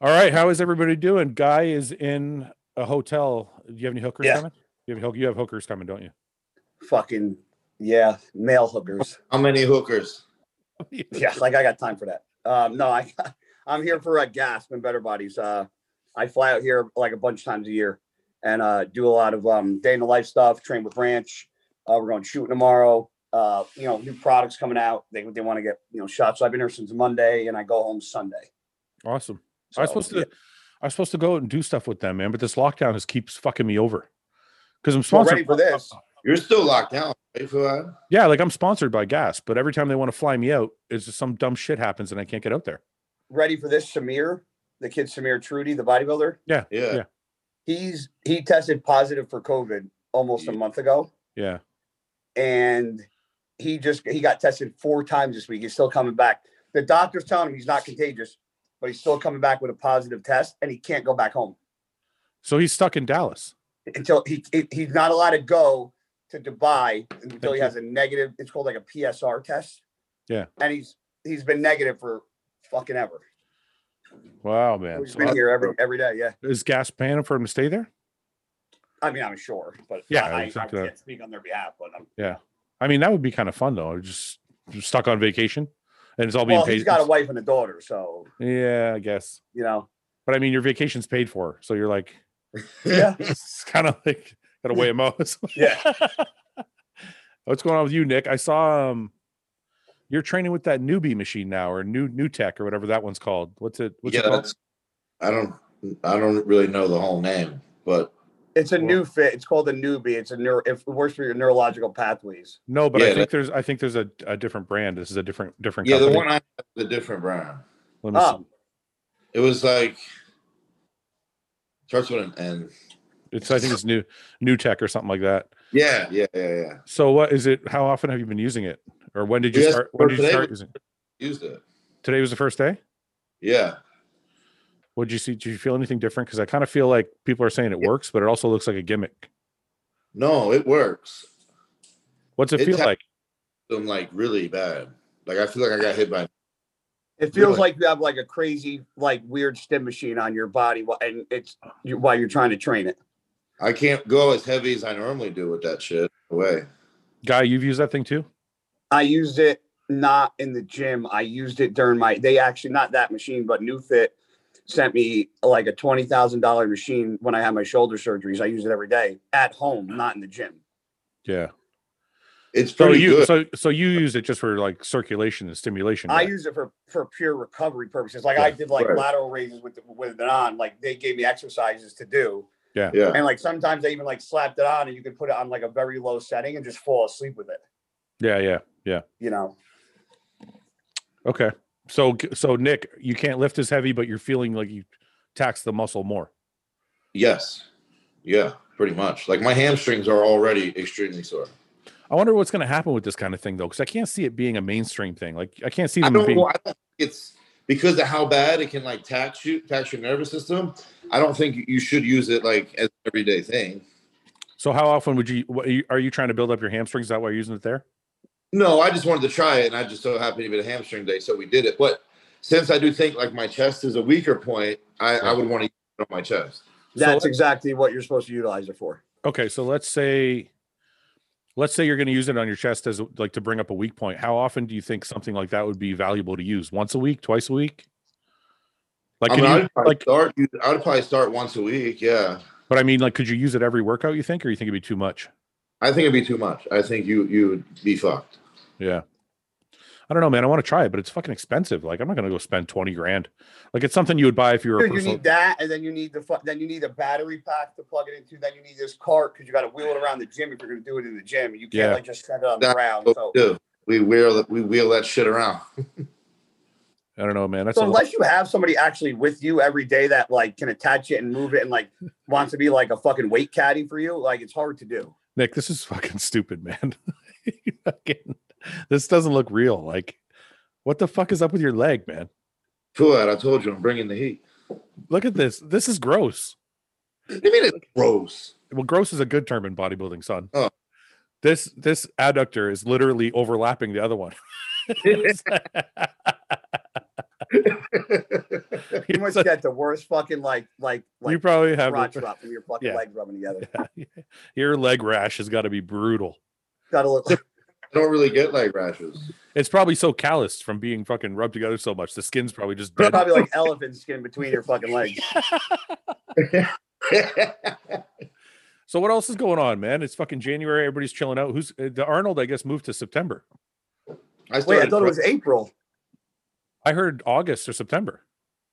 All right, how is everybody doing? Guy is in a hotel. Do you have any hookers Yeah. coming? You have hook- you have hookers coming, don't you? Fucking yeah, male hookers. How many hookers? Yeah, like I got time for that. Um, no, I I'm here for uh, Gasp and Better Bodies. Uh, I fly out here like a bunch of times a year and uh, do a lot of um, day in the life stuff. Train with Ranch. Uh, we're going shooting tomorrow. Uh, you know, new products coming out. They they want to get you know shots. So I've been here since Monday, and I go home Sunday. Awesome. So, I was supposed to yeah. I was supposed to go out and do stuff with them, man, but this lockdown just keeps fucking me over. Because I'm Well, sponsored. ready for this. You're still locked down, right, Fuad? Yeah, like I'm sponsored by Gas, but every time they want to fly me out, it's just some dumb shit happens and I can't get out there. Ready for this, Samir, the kid Samir Trudy, the bodybuilder. Yeah. Yeah. He's he tested positive for COVID almost a Yeah. month ago. Yeah. and he just he got tested four times this week. He's still coming back. The doctor's telling him he's not contagious, but he's still coming back with a positive test, and he can't go back home So he's stuck in Dallas. until he, he- he's not allowed to go to Dubai until Thank he you. has a negative. It's called like a PSR test. Yeah. and he's he's been negative for fucking ever. Wow, man. He's So been I- here every every day. Yeah, is Gas paying for him to stay there? I mean I'm sure, but Yeah, I, I, it's not I gonna- can't speak on their behalf. But I'm, I mean, that would be kind of fun though. Just, just stuck on vacation and it's all being well, paid. he's got a wife and a daughter, so yeah, I guess. you know. But I mean, your vacation's paid for, so you're like, Yeah, it's kind of like got to weigh them out. yeah. What's going on with you, Nick? I saw um, you're training with that newbie machine now, or new new tech, or whatever that one's called. What's it? What's yeah, it called? that's- I don't. I don't really know the whole name, but It's a Well- new fit. It's called a newbie. It's a neuro. If it works for your neurological pathways. No, but I Yeah, think there's I think there's a, a different brand. This is a different different. yeah, the company. one I have is a different brand. Let me Oh, see. It was like starts with an N. It's I think it's new new tech or something like that. Yeah, yeah, yeah, yeah. So what is it? How often have you been using it, or when did you Yes, start? for When did you today start was- using? it? Used it. Today was the first day. Yeah, What did you see? Did you feel anything different? Because I kind of feel like people are saying it works, but it also looks like a gimmick. no, it works. What's it It's feel hap- like? I'm like really bad. Like I feel like I got hit by. it feels Really? like you have like a crazy, like weird stim machine on your body, wh- and it's you- while you're trying to train it. I can't go as heavy as I normally do with that shit. Away. Guy, you've used that thing too. I used it not in the gym. I used it during my. They actually not that machine, but New Fit sent me like a twenty thousand dollar machine when I had my shoulder surgeries. I use it every day at home, not in the gym. Yeah. It's So pretty you good. so so you use it just for like circulation and stimulation. I right? use it for for pure recovery purposes. Like I Yeah, did like right. lateral raises with the, with it on. Like they gave me exercises to do, yeah. and like sometimes they even like slapped it on, and you could put it on like a very low setting and just fall asleep with it. yeah, yeah. You know, Okay. So g- so Nick, you can't lift as heavy, but you're feeling like you tax the muscle more. Yes. Yeah, pretty much. Like my hamstrings are already extremely sore. I wonder what's going to happen with this kind of thing though, because I can't see it being a mainstream thing. Like I can't see I them don't being. know. I don't think it's because of how bad it can like tax you, tax your nervous system. I don't think you should use it like as an everyday thing. So how often would you? What, are you- are you trying to build up your hamstrings? Is that why you're using it there? No, I just wanted to try it, and I just so happened to be a hamstring day, so we did it. But since I do think like my chest is a weaker point, I, I would want to use it on my chest. that's so, exactly what you're supposed to utilize it for. okay. So let's say, let's say you're going to use it on your chest as like to bring up a weak point. How often do you think something like that would be valuable to use? Once a week? Twice a week? Like, I could mean, you- I'd probably like, start. I would probably start once a week. Yeah, but I mean, like, could you use it every workout? You think, or you think it'd be too much? I think it'd be too much. I think you you would be fucked. Yeah. I don't know, man. I want to try it, but it's fucking expensive. Like, I'm not going to go spend 20 grand. Like, it's something you would buy if you were a Dude, you personal. need that, and then you need the fu- then you need a battery pack to plug it into. Then you need this cart because you got to wheel it around the gym if you're going to do it in the gym. You can't Yeah. like just set it on the That- ground. But So, we do. we wheel that we wheel that shit around. I don't know, man. That's so a lot. unless you have somebody actually with you every day that like can attach it and move it and like wants to be like a fucking weight caddy for you, like it's hard to do. Nick, this is fucking stupid, man. Fucking- this doesn't look real. Like, what the fuck is up with your leg, man? Fuad, I told you I'm bringing the heat. Look at this. This is gross. What do You mean it's gross? Well, gross is a good term in bodybuilding, son. Oh. This this adductor is literally overlapping the other one. You must get the worst fucking like like you like probably have crotch it. drop from your fucking Yeah. legs rubbing together. your leg rash has got to be brutal. Got a little. I don't really get leg rashes. It's probably so calloused from being fucking rubbed together so much. The skin's probably just dead. Probably like elephant skin between your fucking legs. So what else is going on, man? It's fucking January. Everybody's chilling out. Who's uh, the Arnold? I guess moved to September. I Wait, I started thought it was April. I heard August or September.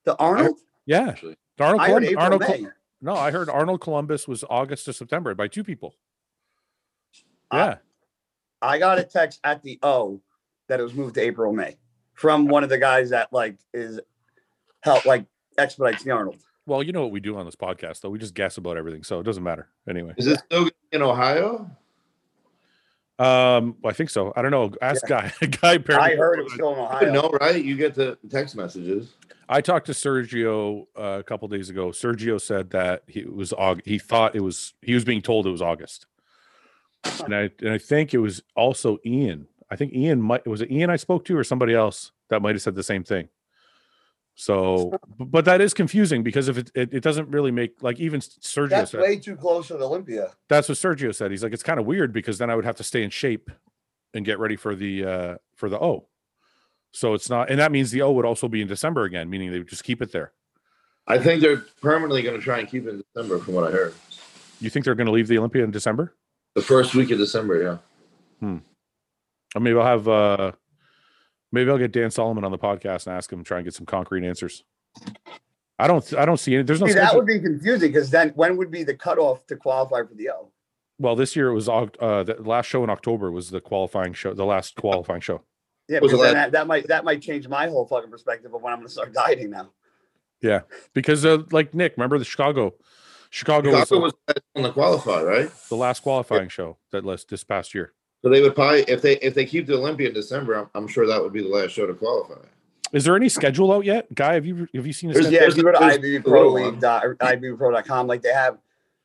The Arnold. Yeah, actually. The Arnold. I heard Colum- April Arnold Col- May. no, I heard Arnold Columbus was August to September by two people. Ah. Yeah, I got a text at the O that it was moved to April May from one of the guys that like is help like expedites the Arnold. Well, you know what we do on this podcast, though. We just guess about everything, so it doesn't matter anyway. Is it still in Ohio? Um, I think so. I don't know. Ask guy. Guy apparently. I heard it was still in I Ohio. know, right? You get the text messages. I talked to Sergio uh, a couple days ago. Sergio said that he it was Aug- he thought it was he was being told it was August, and I and I think it was also Ian. I think Ian might was it Ian I spoke to or somebody else that might have said the same thing. So, b- but that is confusing because if it it, it doesn't really make like even Sergio That's said way too close to Olympia. that's what Sergio said. He's like, it's kind of weird because then I would have to stay in shape and get ready for the uh for the O. So it's not, and that means the O would also be in December again, meaning they would just keep it there. I think they're permanently going to try and keep it in December, from what I heard. You think they're going to leave the Olympia in December? The first week of December, yeah. Or maybe I'll have, uh maybe I'll get Dan Solomon on the podcast and ask him try and get some concrete answers. I don't, I don't see any. There's no. See, that schedule- would be confusing because then when would be the cutoff to qualify for the O? well, this year it was Oct- uh the last show in October was the qualifying show, the last qualifying show. Yeah, Was because it then last- that, that might that might change my whole fucking perspective of when I'm gonna start dieting now. Because uh, like Nick, remember the Chicago, Chicago, was, Chicago the- was on the qualify, right? the last qualifying show that last this past year. So they would probably, if they if they keep the Olympia in December, I'm, I'm sure that would be the last show to qualify. Is there any schedule out yet, guy? Have you have you seen a There's- schedule? Yeah, if you go to there's- ibbpro.com, like they have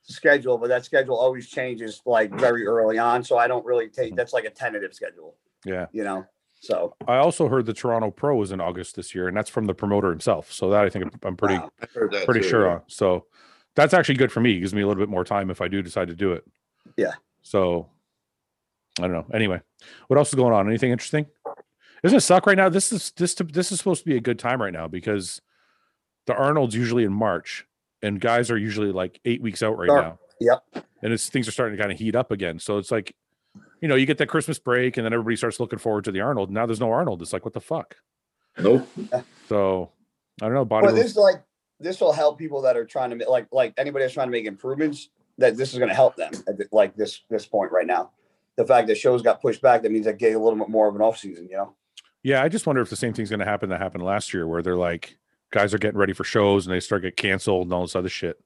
schedule, but that schedule always changes like very early on. So I don't really take that's like a tentative schedule, Yeah, you know. So I also heard the Toronto Pro is in August this year, and that's from the promoter himself. So that I think I'm- I'm pretty wow. I heard that pretty too, sure yeah. on. So that's actually good for me. It gives me a little bit more time if I do decide to do it. Yeah. So I don't know. Anyway, what else is going on? Anything interesting? Doesn't it suck right now? This is this to- this is supposed to be a good time right now because the Arnold's usually in March, and guys are usually like eight weeks out right Sure. now. Yep. And it's things are starting to kind of heat up again. So it's like, you know, you get that Christmas break, and then everybody starts looking forward to the Arnold. Now there's no Arnold. It's like what the fuck. Nope. So I don't know. Body Well, Rule- this like this will help people that are trying to make like like anybody that's trying to make improvements. That this is going to help them at the- like this this point right now. The fact that shows got pushed back that means they're getting a little bit more of an off season. You know, Yeah, I just wonder if the same thing's going to happen that happened last year, where they're like, guys are getting ready for shows and they start get canceled and all this other shit.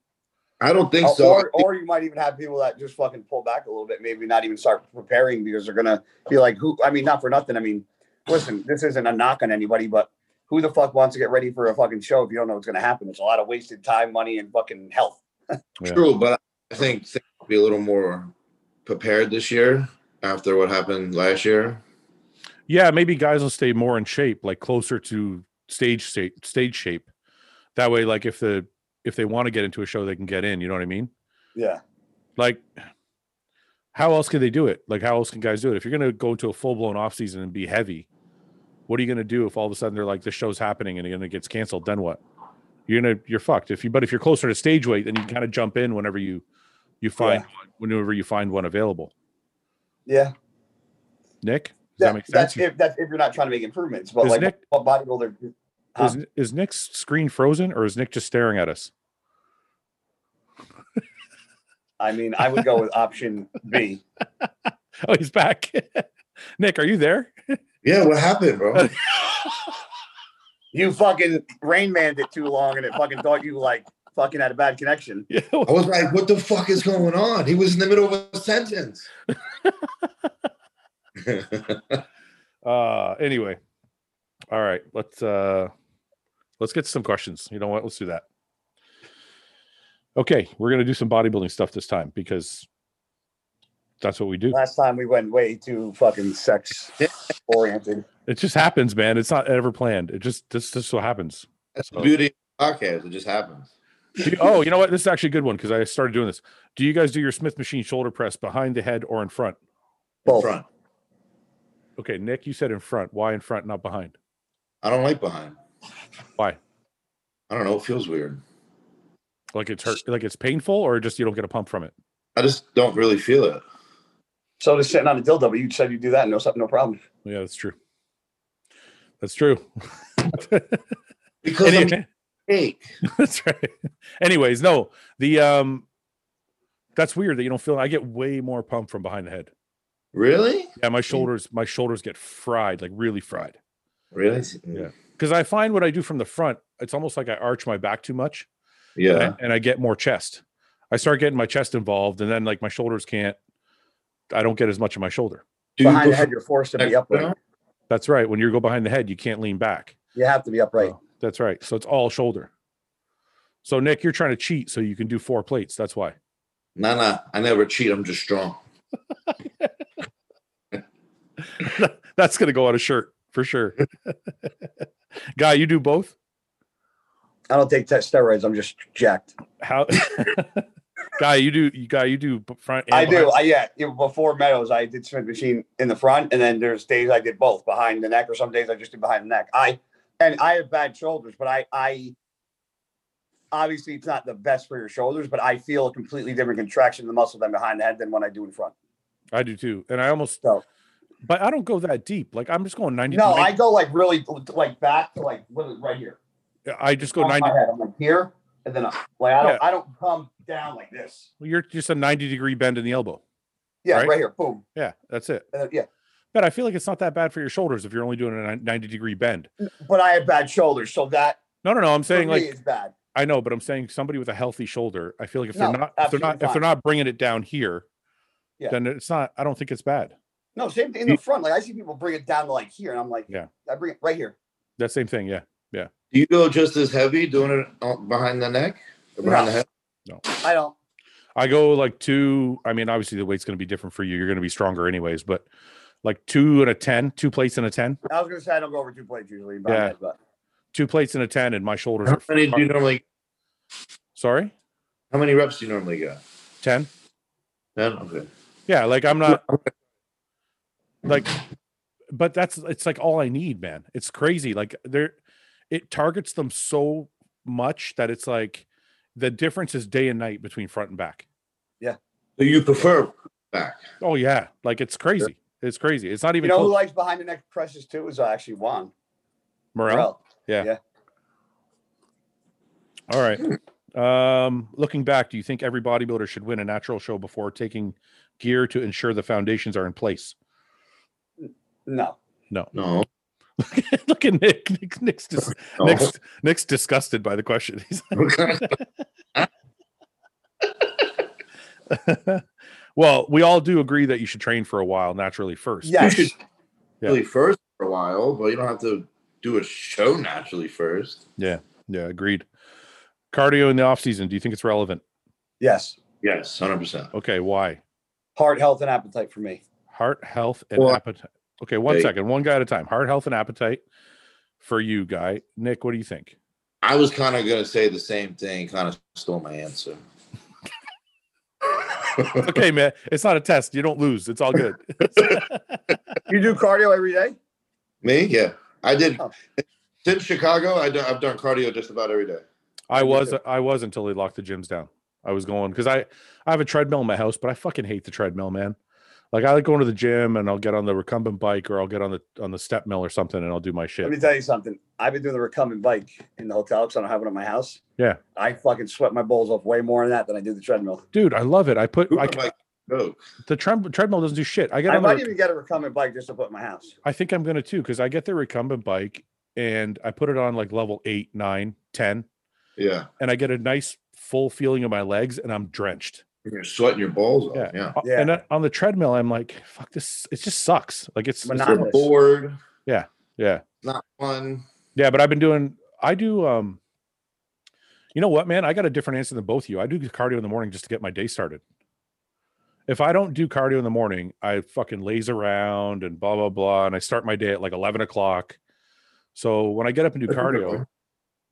I don't think or, so. or or you might even have people that just fucking pull back a little bit, maybe not even start preparing because they're going to be like, who? I mean, not for nothing. I mean, listen, this isn't a knock on anybody, but who the fuck wants to get ready for a fucking show if you don't know what's going to happen? It's a lot of wasted time, money, and fucking health. Yeah. True, but I think things will be a little more prepared this year after what happened last year. Yeah, maybe guys will stay more in shape, like closer to stage state, stage shape. That way, like if the if they want to get into a show, they can get in. You know what I mean? Yeah. Like, how else can they do it? Like, how else can guys do it? If you're going to go into a full blown off season and be heavy, what are you going to do if all of a sudden they're like, this show's happening and then it gets canceled? Then what? You're gonna you're fucked. If you but if you're closer to stage weight, then you can kind of jump in whenever you you find one, whenever you find one available. Yeah. Nick, does that, that, make sense? That's if, that's if you're not trying to make improvements, but Is like Nick- what bodybuilder? huh? Is, is Nick's screen frozen or is Nick just staring at us? I mean, I would go with option B. Oh, he's back. Nick, are you there? Yeah, what happened, bro? You fucking rain manned it too long, and it fucking thought you like fucking had a bad connection. Yeah. I was like, what the fuck is going on? He was in the middle of a sentence. Uh, anyway, all right. Let's uh, let's get some questions. You know what? Let's do that. Okay, we're gonna do some bodybuilding stuff this time because that's what we do. Last time we went way too fucking sex oriented. It just happens, man. It's not ever planned. It just this just so happens. That's the So- beauty of podcasts. It just happens. Do you- oh, you know what? This is actually a good one because I started doing this. Do you guys do your Smith machine shoulder press behind the head or in front? In Both. front. Okay, Nick, you said in front. Why in front, not behind? I don't like behind. Why? I don't know. It feels weird. Like it's hurt, like it's painful, or just you don't get a pump from it. I just don't really feel it. So just sitting on a dildo, but you said you do that, no something, no problem. Yeah, that's true. That's true. Because I'm Anyway. fake. That's right. Anyways, no, the um, that's weird that you don't feel. I get way more pump from behind the head. Really? Yeah, my shoulders, my shoulders get fried, like really fried. Really? Yeah. Because I find what I do from the front, it's almost like I arch my back too much, and I- Yeah. and I get more chest. I start getting my chest involved, and then like my shoulders can't. I don't get as much of my shoulder. Do you Behind the prefer head, you're forced to be neck upright. down? That's right. When you go behind the head, you can't lean back. You have to be Oh. upright. So that's right. So it's all shoulder. So Nick, you're trying to cheat so you can do four plates. That's why. Nah, nah. I never cheat. I'm just strong. That's gonna go on a shirt for sure. Guy, you do both? I don't take te- steroids. I'm just jacked. How? guy, you do. You guy, you do b- front. and I do. behind? I, yeah. you know, Before Meadows, I did Smith machine in the front, and then there's days I did both behind the neck, or some days I just did behind the neck. I and I have bad shoulders, but I I obviously it's not the best for your shoulders, but I feel a completely different contraction of the muscle than behind the head than when I do in front. I do too. And I almost. So- But I don't go that deep. Like I'm just going ninety. No, I 90 go like really like back to like literally right here. I just go Top of ninety. my head. I'm like here and then up. Like I don't Yeah. I don't come down like this. You're just a ninety degree bend in the elbow. Yeah, Right. right, here. Boom. Yeah, that's it. And then- yeah. But I feel like it's not that bad for your shoulders if you're only doing a ni- ninety degree bend. But I have bad shoulders, so that No, no, no. I'm for saying me like is bad. I know, but I'm saying somebody with a healthy shoulder. I feel like if No, they're not, if they're absolutely not, if they're fine. not bringing it down here, Yeah. then it's not. I don't think it's bad. No, same thing in the front. Like I see people bring it down to like here, and I'm like, Yeah. I bring it right here. That same thing. Yeah. Do you go just as heavy doing it on- behind the neck? Or behind the No. head? I don't. I go like two. I mean, obviously the weight's going to be different for you. You're going to be stronger anyways, but like two and a 10, two plates and a 10, I was gonna say I don't go over two plates usually. But Yeah. yeah. but two plates and a 10 and my shoulders. How Are many do you far- normally Sorry. how many reps do you normally get? 10. Ten? Okay. Yeah. Like I'm not like, but that's, it's like all I need, man. It's crazy. Like there, it targets them so much that it's like the difference is day and night between front and back. Do you prefer back? Oh yeah. Like it's crazy. It's crazy. It's not you even know who close. likes behind the neck presses too is uh, actually Juan. Morel. Morel. All right. Um, looking back, do you think every bodybuilder should win a natural show before taking gear to ensure the foundations are in place? No. No. Look at Nick. Nick Nick's, dis- no. Nick's, Nick's disgusted by the question. He's like- well, we all do agree that you should train for a while naturally first. Yes. You should Yeah. naturally first for a while, but you don't have to do a show naturally first. Yeah, agreed. Cardio in the off season, do you think it's relevant? Yes. Yes, hundred percent. Okay, why? Heart health and appetite for me. Heart health and Well, appetite. Okay, one second, hey. one guy at a time. Heart health and appetite for you, guy. Nick, what do you think? I was kind of gonna say the same thing. Kind of stole my answer. okay, man. It's not a test. You don't lose. It's all good. You do cardio every day? Me? Yeah, I did. Oh. Since Chicago, I do, I've done cardio just about every day. I Me was too. I was until they locked the gyms down. I was going because I I have a treadmill in my house, but I fucking hate the treadmill, man. Like I like going to the gym and I'll get on the recumbent bike or I'll get on the on the step mill or something and I'll do my Let me shit. tell you something. I've been doing the recumbent bike in the hotel because I don't have one at my house. Yeah. I fucking sweat my balls off way more than that than I do the treadmill. Dude, I love it. I put Who I, am I? Oh, the tre- treadmill doesn't do shit. I get I on the, might rec- even get a recumbent bike just to put in my house. I think I'm gonna too because I get the recumbent bike and I put it on like level eight, nine, ten, yeah, and I get a nice full feeling of my legs and I'm drenched. you're sweating your balls off. Yeah. Yeah, Uh, Yeah. And uh, on the treadmill, I'm like, fuck this. It just sucks. Like it's, it's- Monotonous. you're bored. Yeah, yeah. not fun. yeah. But I've been doing. I do. Um. You know what, man? I got a different answer than both of you. I do cardio in the morning just to get my day started. if I don't do cardio in the morning, I fucking laze around and blah blah blah, and I start my day at like eleven o'clock. So when I get up and do That's a good cardio, one.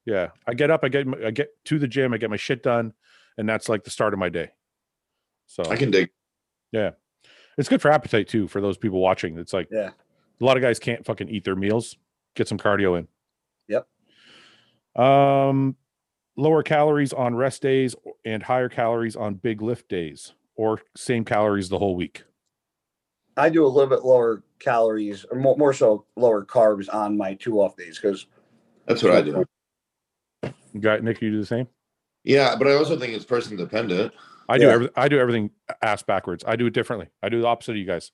yeah, I get up, I get my- I get to the gym, I get my shit done, and that's like the start of my day. So I can dig. it's good for appetite too for those people watching. It's like Yeah. a lot of guys can't fucking eat their meals. Get some cardio in. Yep. Um, lower calories on rest days o- and higher calories on big lift days, or same calories the whole week. I do a little bit lower calories, or more, more so lower carbs on my two off days because That's what I do. You Got Nick? You do the same. Yeah, but I also think it's person dependent. I do. Yeah. Every, I do everything a- ass backwards. I do it differently. I do the opposite of you guys,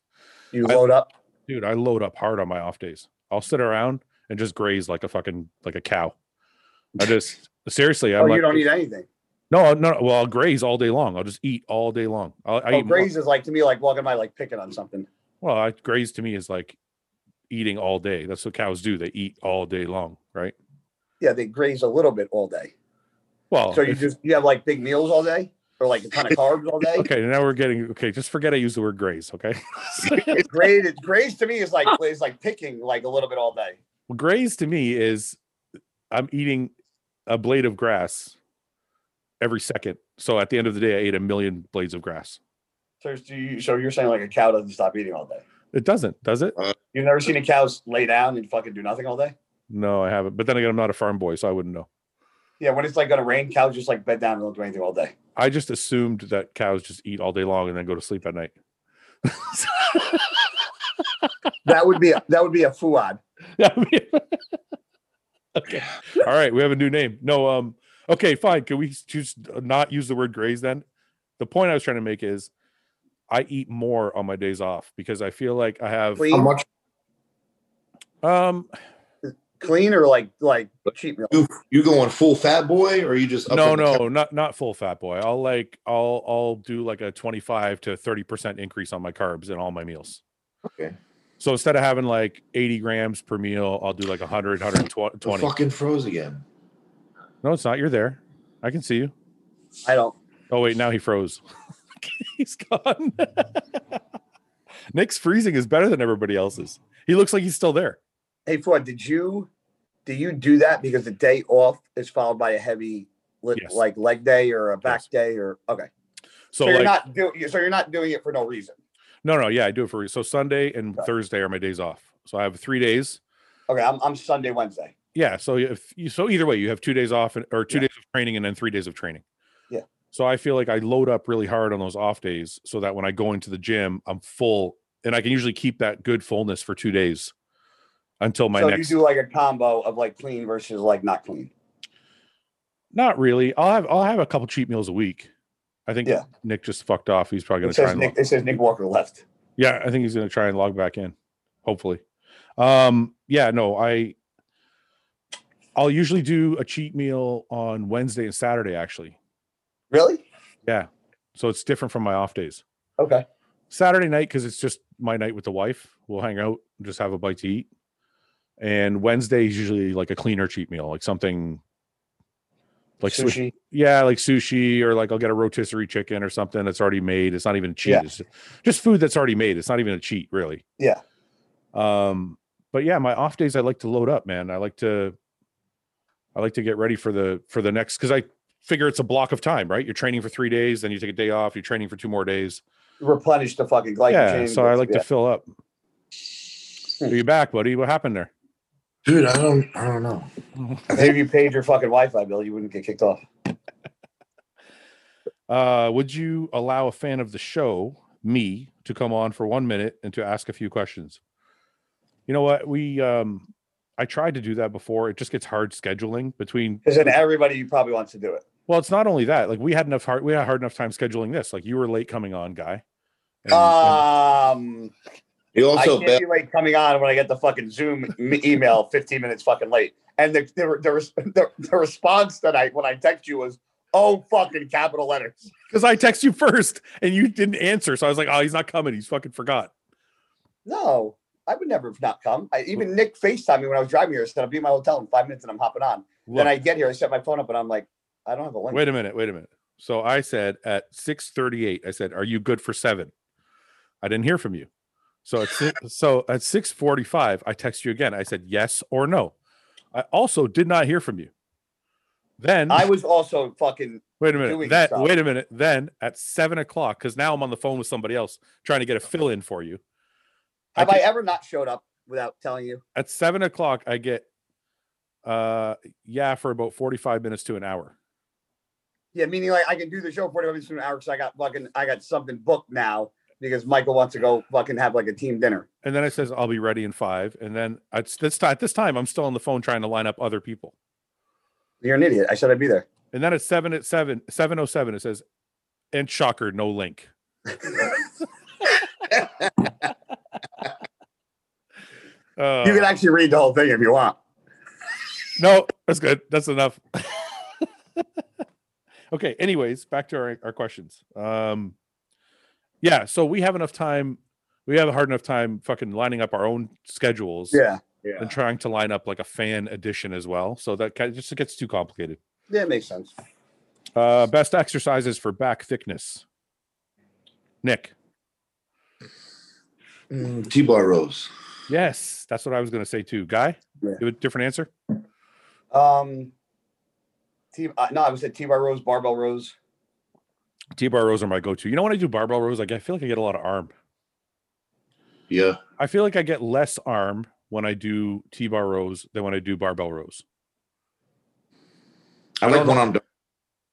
you I- load up. dude. I load up hard on my off days. I'll sit around and just graze like a fucking like a cow. I just seriously. I'm oh, like, you don't eat anything. No, uh, no. no, Well, I'll graze all day long. I'll just eat all day long. I'll, I Oh, eat more- graze is like to me like walking by like picking on something. Well, I, graze to me is like eating all day. That's what cows do. They eat all day long, right? Yeah, they graze a little bit all day. Well, so you if- just you have like big meals all day, or like a ton of carbs all day. okay. Now we're getting okay. Just forget I used the word graze. Okay, graze, graze to me is like is like picking like a little bit all day. well, graze to me is I'm eating a blade of grass every second. So at the end of the day, I ate a million blades of grass. So, do you, so you're saying like a cow doesn't stop eating all day? It doesn't, does it? You've never seen a cow s- lay down and fucking do nothing all day? No, I haven't. But then again, I'm not a farm boy, so I wouldn't know. Yeah, when it's like gonna rain, cows just like bed down and don't do anything all day. I just assumed that cows just eat all day long and then go to sleep at night. That would be a, that would be a fuad. That would be- okay. All right. We have a new name. No. Um. Okay. Fine. Can we choose not use the word graze then? The point I was trying to make is, I eat more on my days off because I feel like I have. How Clean, much Um. clean, or like like cheap meal. you you going full fat boy or you just up No. in the- No. Not not full fat boy. I'll like I'll I'll do like a twenty five to thirty percent increase on my carbs in all my meals. Okay. So instead of having like 80 grams per meal, I'll do like 100, I 120. fucking froze again. No, it's not. You're there. I can see you. I don't. Oh wait, now he froze. he's gone. Nick's freezing is better than everybody else's. He looks like he's still there. Hey Fuad, did you do you do that because the day off is followed by a heavy li- Yes. like leg day or a back Yes. day or okay? So, so you're like, not doing so you're not doing it for no reason. no, no, yeah, I do it for you. So Sunday and Right. Thursday are my days off. So I have three days. Okay, I'm, I'm Sunday Wednesday. Yeah. So if you, so either way, you have two days off and, or two Yeah. days of training and then three days of training. Yeah. So I feel like I load up really hard on those off days so that when I go into the gym, I'm full and I can usually keep that good fullness for two days until my so next. you do like a combo of like clean versus like not clean. Not really. I'll have I'll have a couple cheat meals a week. I think Yeah. Nick just fucked off. He's probably gonna It try says and Nick, log, it says Nick Walker left. yeah. I think he's gonna try and log back in. Hopefully, um, yeah. No, I I'll usually do a cheat meal on Wednesday and Saturday actually. Really? Yeah, so it's different from my off days. Okay. Saturday night because it's just my night with the wife. We'll hang out, and just have a bite to eat. And Wednesday is usually like a cleaner cheat meal, like something like sushi. sushi. Yeah, like sushi or like I'll get a rotisserie chicken or something that's already made. It's not even a cheat. Yeah. It's just food that's already made. It's not even a cheat, really. Yeah. Um, but yeah, my off days I like to load up, man. I like to I like to get ready for the for the next because I figure it's a block of time, right? You're training for three days, then you take a day off, you're training for two more days. Replenish the fucking glycogen. yeah. So I with- like yeah. to fill up. Are you back, buddy? What happened there? Dude, I don't I don't know. Maybe if you paid your fucking Wi-Fi bill, you wouldn't get kicked off. Uh, would you allow a fan of the show, me, to come on for one minute and to ask a few questions? You know what? We um I tried to do that before. It just gets hard scheduling between Because then everybody probably wants to do it. well, it's not only that, like we had enough hard we had hard enough time scheduling this. Like you were late coming on, guy. And- and- Um, You I also can't bet be like coming on when I get the fucking Zoom m- email 15 minutes fucking late. And the the, the, res- the the response that I when I text you was, oh fucking capital letters. because I text you first and you didn't answer. So I was like, oh, he's not coming. He's fucking forgot. No, I would never have not come. I, even Nick FaceTimed me when I was driving here. I said I'll be in my hotel in five minutes and I'm hopping on. Look, Then I get here, I set my phone up, and I'm like, I don't have a link. wait a minute, wait a minute. So I said at 6:38, I said, "Are you good for 7?" I didn't hear from you. So at si- so at 6:45, I text you again. I said yes or no. I also did not hear from you. Then I was also fucking wait a minute. doing That stuff. wait a minute. Then at seven o'clock, because now I'm on the phone with somebody else trying to get a fill in for you. I Uh-huh. have I, get- ever not showed up without telling you? at seven o'clock i get uh yeah for about 45 minutes to an hour Yeah, meaning like I can do the show forty minutes to an hour because I got fucking I got something booked now because Michael wants to go fucking have like a team dinner. and then it says i'll be ready in five and then at s- this time at this time i'm still on the phone trying to line up other people You're an idiot. I said I'd be there. and then at seven at seven 707 it says and shocker no link uh you can actually read the whole thing if you want. no that's good that's enough okay anyways back to our, our questions um yeah so we have enough time we have a hard enough time fucking lining up our own schedules Yeah. Yeah. and trying to line up like a fan edition as well. So that kind of just gets too complicated. Yeah, it makes sense. Uh, best exercises for back thickness. Nick. Mm, T-bar rows. Yes, that's what I was going to say too. Guy, Yeah. you have a different answer. Um T uh, no, I was at T bar rows, barbell rows. T bar rows are my go to. You know when I do barbell rows, like I feel like I get a lot of arm. Yeah. I feel like I get less arm when I do T bar rows than when I do barbell rows. I, like when I'm done.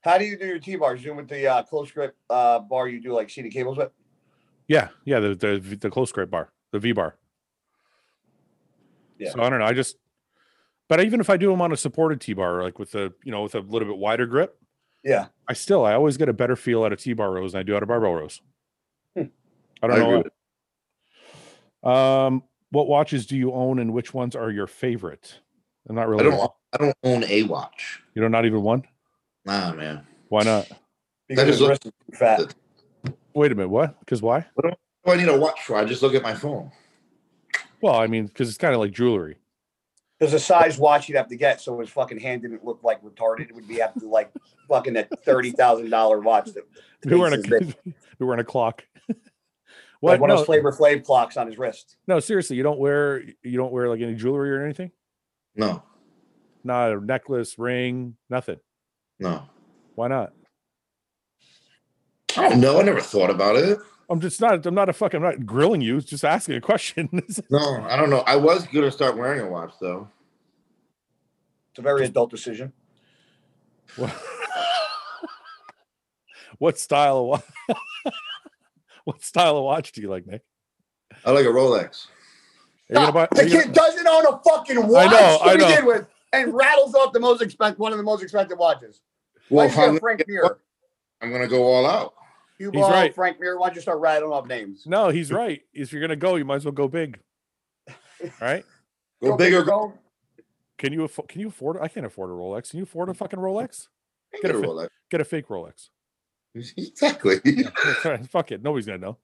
How do you do your T bars? Do it with the uh, close grip uh, bar you do like sheeted cables with? Yeah, yeah, the the v- the close grip bar, the V bar. Yeah. So I don't know. I just, but even if I do them on a supported T bar, like with a you know with a little bit wider grip, Yeah. I still I always get a better feel out of T bar rows than I do out of barbell rows. Hmm. I I don't agree know. why. Um, what watches do you own, and which ones are your favorite? I'm not I really. don't I don't own a watch. You know, not even one. Nah, man. Why not? Because is his a- wrist is too fat. Wait a minute. What? Because why? What do I need a watch for? I just look at my phone. Well, I mean, because it's kind of like jewelry. There's a size watch you'd have to get so his fucking hand didn't look like retarded. It would be have to like fucking a thirty thousand dollar watch that We were in Faces a we were in a clock. like what? one of No, those flavor flav clocks on his wrist. no, seriously, you don't wear you don't wear like any jewelry or anything. No, Not a necklace, ring, nothing. no. Why not? I don't know. I never thought about it. I'm just not. I'm not a fucking. I'm not grilling you. It's just asking a question. No, I don't know. I was gonna start wearing a watch though. It's a very adult decision. what, what style of watch? what style of watch do you like, Nick? I like a Rolex. Are you gonna buy- the are you gonna- kid doesn't own a fucking watch know, to I know. begin with, and rattles off the most expensive one of the most expensive watches. Why Well, you if I'm, got Frank one- Mir? I'm gonna go all out. Hugh He's Ball, right. Frank Mir. Why don't you start rattling off names? no, he's right. If you're gonna go, you might as well go big. Right? Go, big or go. go. Can you afford? Can you afford? I can't afford a Rolex. Can you afford a fucking Rolex? big Get a or fit- Rolex. Get a fake Rolex. Exactly. Fuck it. Nobody's gonna know.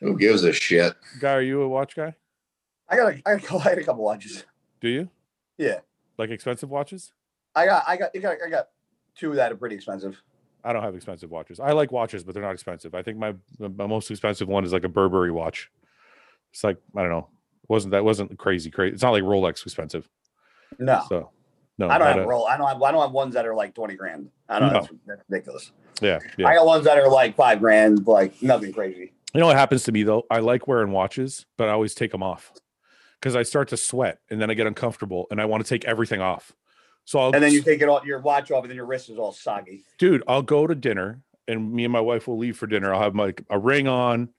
Who gives a shit? Guy, are you a watch guy? I got. A, I got I had a couple watches. Do you? Yeah. Like expensive watches? I got. I got. I got. I got two that are pretty expensive. I don't have expensive watches. I like watches, but they're not expensive. I think my my most expensive one is like a Burberry watch. It's like I don't know. wasn't that wasn't crazy crazy? It's not like Rolex expensive. No, So no, I don't not have a- roll. I don't have. I don't have ones that are like twenty grand. I don't. No. That's, that's ridiculous. Yeah, yeah. I got ones that are like five grand. Like nothing crazy. you know what happens to me though? I like wearing watches, but I always take them off because I start to sweat and then I get uncomfortable and I want to take everything off. So I'll And then you take it all your watch off, and then your wrist is all soggy. dude, I'll go to dinner and me and my wife will leave for dinner. I'll have my a ring on,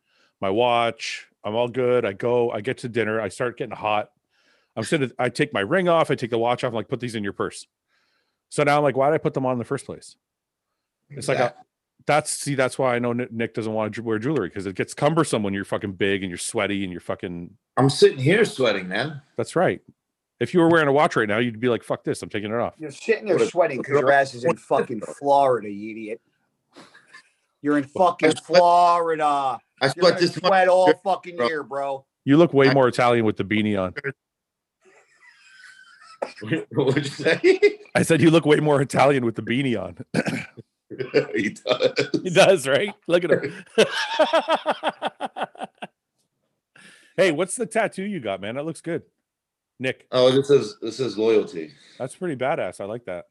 my watch. I'm all good. I go, I get to dinner, I start getting hot. I'm sitting, I take my ring off, I take the watch off, I'm like, put these in your purse. So now I'm like, why did I put them on in the first place? It's like a, that's see, that's why I know Ni- Nick doesn't want to wear jewelry because it gets cumbersome when you're fucking big and you're sweaty and you're fucking. I'm sitting here sweating, man. That's right. If you were wearing a watch right now, you'd be like, fuck this, I'm taking it off. You're sitting there What a- sweating because your ass is in fucking Florida, you idiot. You're in fucking sweat- Florida. I You're sweat gonna this much. sweat all You're- fucking bro. year, bro. You look way I- more Italian with the beanie on. What'd you say? I said you look way more Italian with the beanie on. he does. He does, right? Look at him. hey, what's the tattoo you got, man? That looks good. Nick, Oh, this is this is loyalty. that's pretty badass. I like that.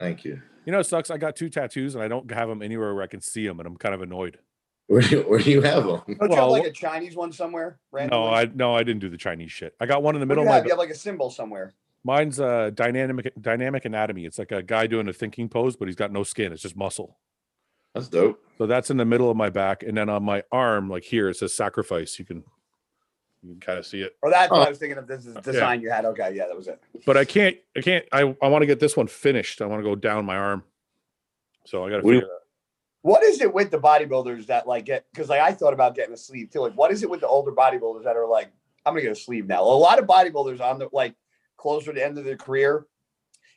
Thank you. You know, it sucks. I got two tattoos and I don't have them anywhere where I can see them, and I'm kind of annoyed. Where do you, where do you have them? Don't you have Well, like a Chinese one somewhere? No, I no, I didn't do the Chinese shit. I got one in the middle. middle You of my. have? you have like a symbol somewhere. Mine's uh dynamic dynamic anatomy. It's like a guy doing a thinking pose, but he's got no skin. It's just muscle. That's dope. So that's in the middle of my back, and then on my arm, like here, it says sacrifice. You can you can kind of see it, Or that's Oh. what I was thinking of. This is the design you had. Okay, yeah, that was it. but I can't. I can't. I I want to get this one finished. I want to go down my arm. So I got to What do you- figure. That. What is it with the bodybuilders that like get? Because like I thought about getting a sleeve too. Like, what is it with the older bodybuilders that are like, I'm gonna get a sleeve now? A lot of bodybuilders on the like closer to the end of their career,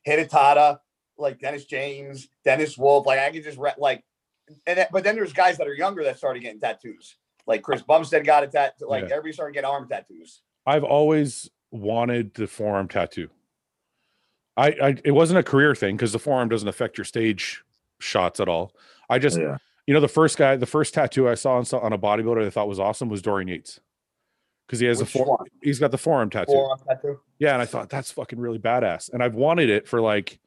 Hidetata, like Dennis James, Dennis Wolf. Like I can just re- like, and that, but then there's guys that are younger that started getting tattoos. Like Chris Bumstead got a tattoo. Like Yeah. everybody started getting arm tattoos. I've always wanted the forearm tattoo. I, I it wasn't a career thing because the forearm doesn't affect your stage shots at all. I just Yeah. you know the first guy, the first tattoo I saw on, so- on a bodybuilder that I thought was awesome was Dorian Yates because he has Which the four, one? he's got the forearm tattoo. Forearm tattoo. Yeah, and I thought that's fucking really badass, and I've wanted it for like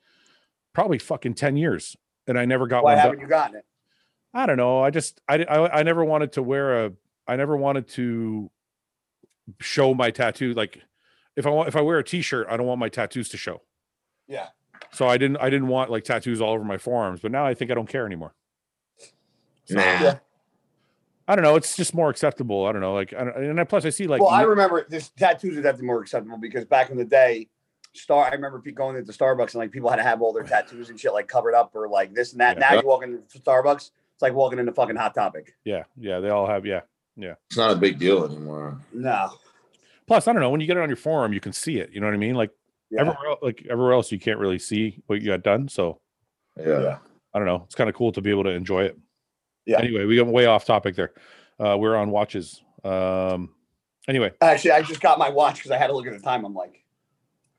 probably fucking ten years, and I never got Why one. done. haven't you gotten it? I don't know. I just I, I I never wanted to wear a I never wanted to show my tattoo. Like if I want if I wear a t-shirt, I don't want my tattoos to show. Yeah. So I didn't I didn't want like tattoos all over my forearms, but now I think I don't care anymore. Nah. Yeah. I don't know. It's just more acceptable. I don't know. Like I don't, and I- plus I see like well, I n- remember this tattoos are definitely more acceptable because back in the day, Star. I remember pe- going into Starbucks and like people had to have all their tattoos and shit like covered up or like this and that. Yeah. Now you walk into Starbucks, it's like walking into fucking Hot Topic. yeah yeah they all have yeah. It's not a big deal anymore. No, Plus I don't know when you get it on your forearm, you can see it. You know what I mean? Like yeah. everywhere el- like everywhere else you can't really see what you got done. So Yeah. Yeah. I don't know. It's kind of cool to be able to enjoy it. Yeah. Anyway, we got way off topic there. Uh, we're on watches. Um, anyway, actually, I just got my watch because I had to look at the time. I'm like,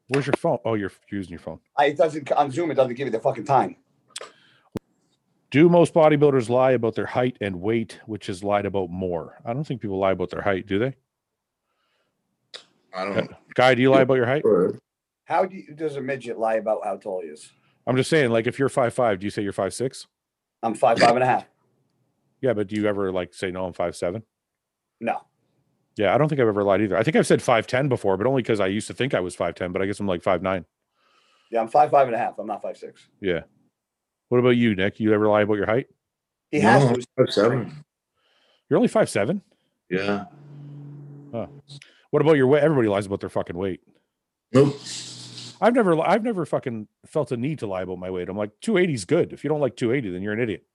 where's your phone? Oh, you're using your phone. I, it doesn't on Zoom. It doesn't give you the fucking time. Do most bodybuilders lie about their height and weight, which is lied about more? I don't think people lie about their height, do they? I don't Guy, do you lie about your height? know. How do you, does a midget lie about how tall he is? I'm just saying, like, if you're five five, do you say you're five six? I'm five five and a half. Yeah, but do you ever like say no? I'm five seven. No, Yeah, I don't think I've ever lied either. I think I've said five ten before, but only because I used to think I was five ten, but I guess I'm like five nine. yeah, I'm five five and a half. I'm not five six. What about you, Nick? You ever lie about your height? He has to. seven. You're only five seven. Yeah. What about your weight? Everybody lies about their fucking weight. Nope. I've never, li- I've never fucking felt a need to lie about my weight. I'm like, 280 is good. If you don't like 280, then you're an idiot.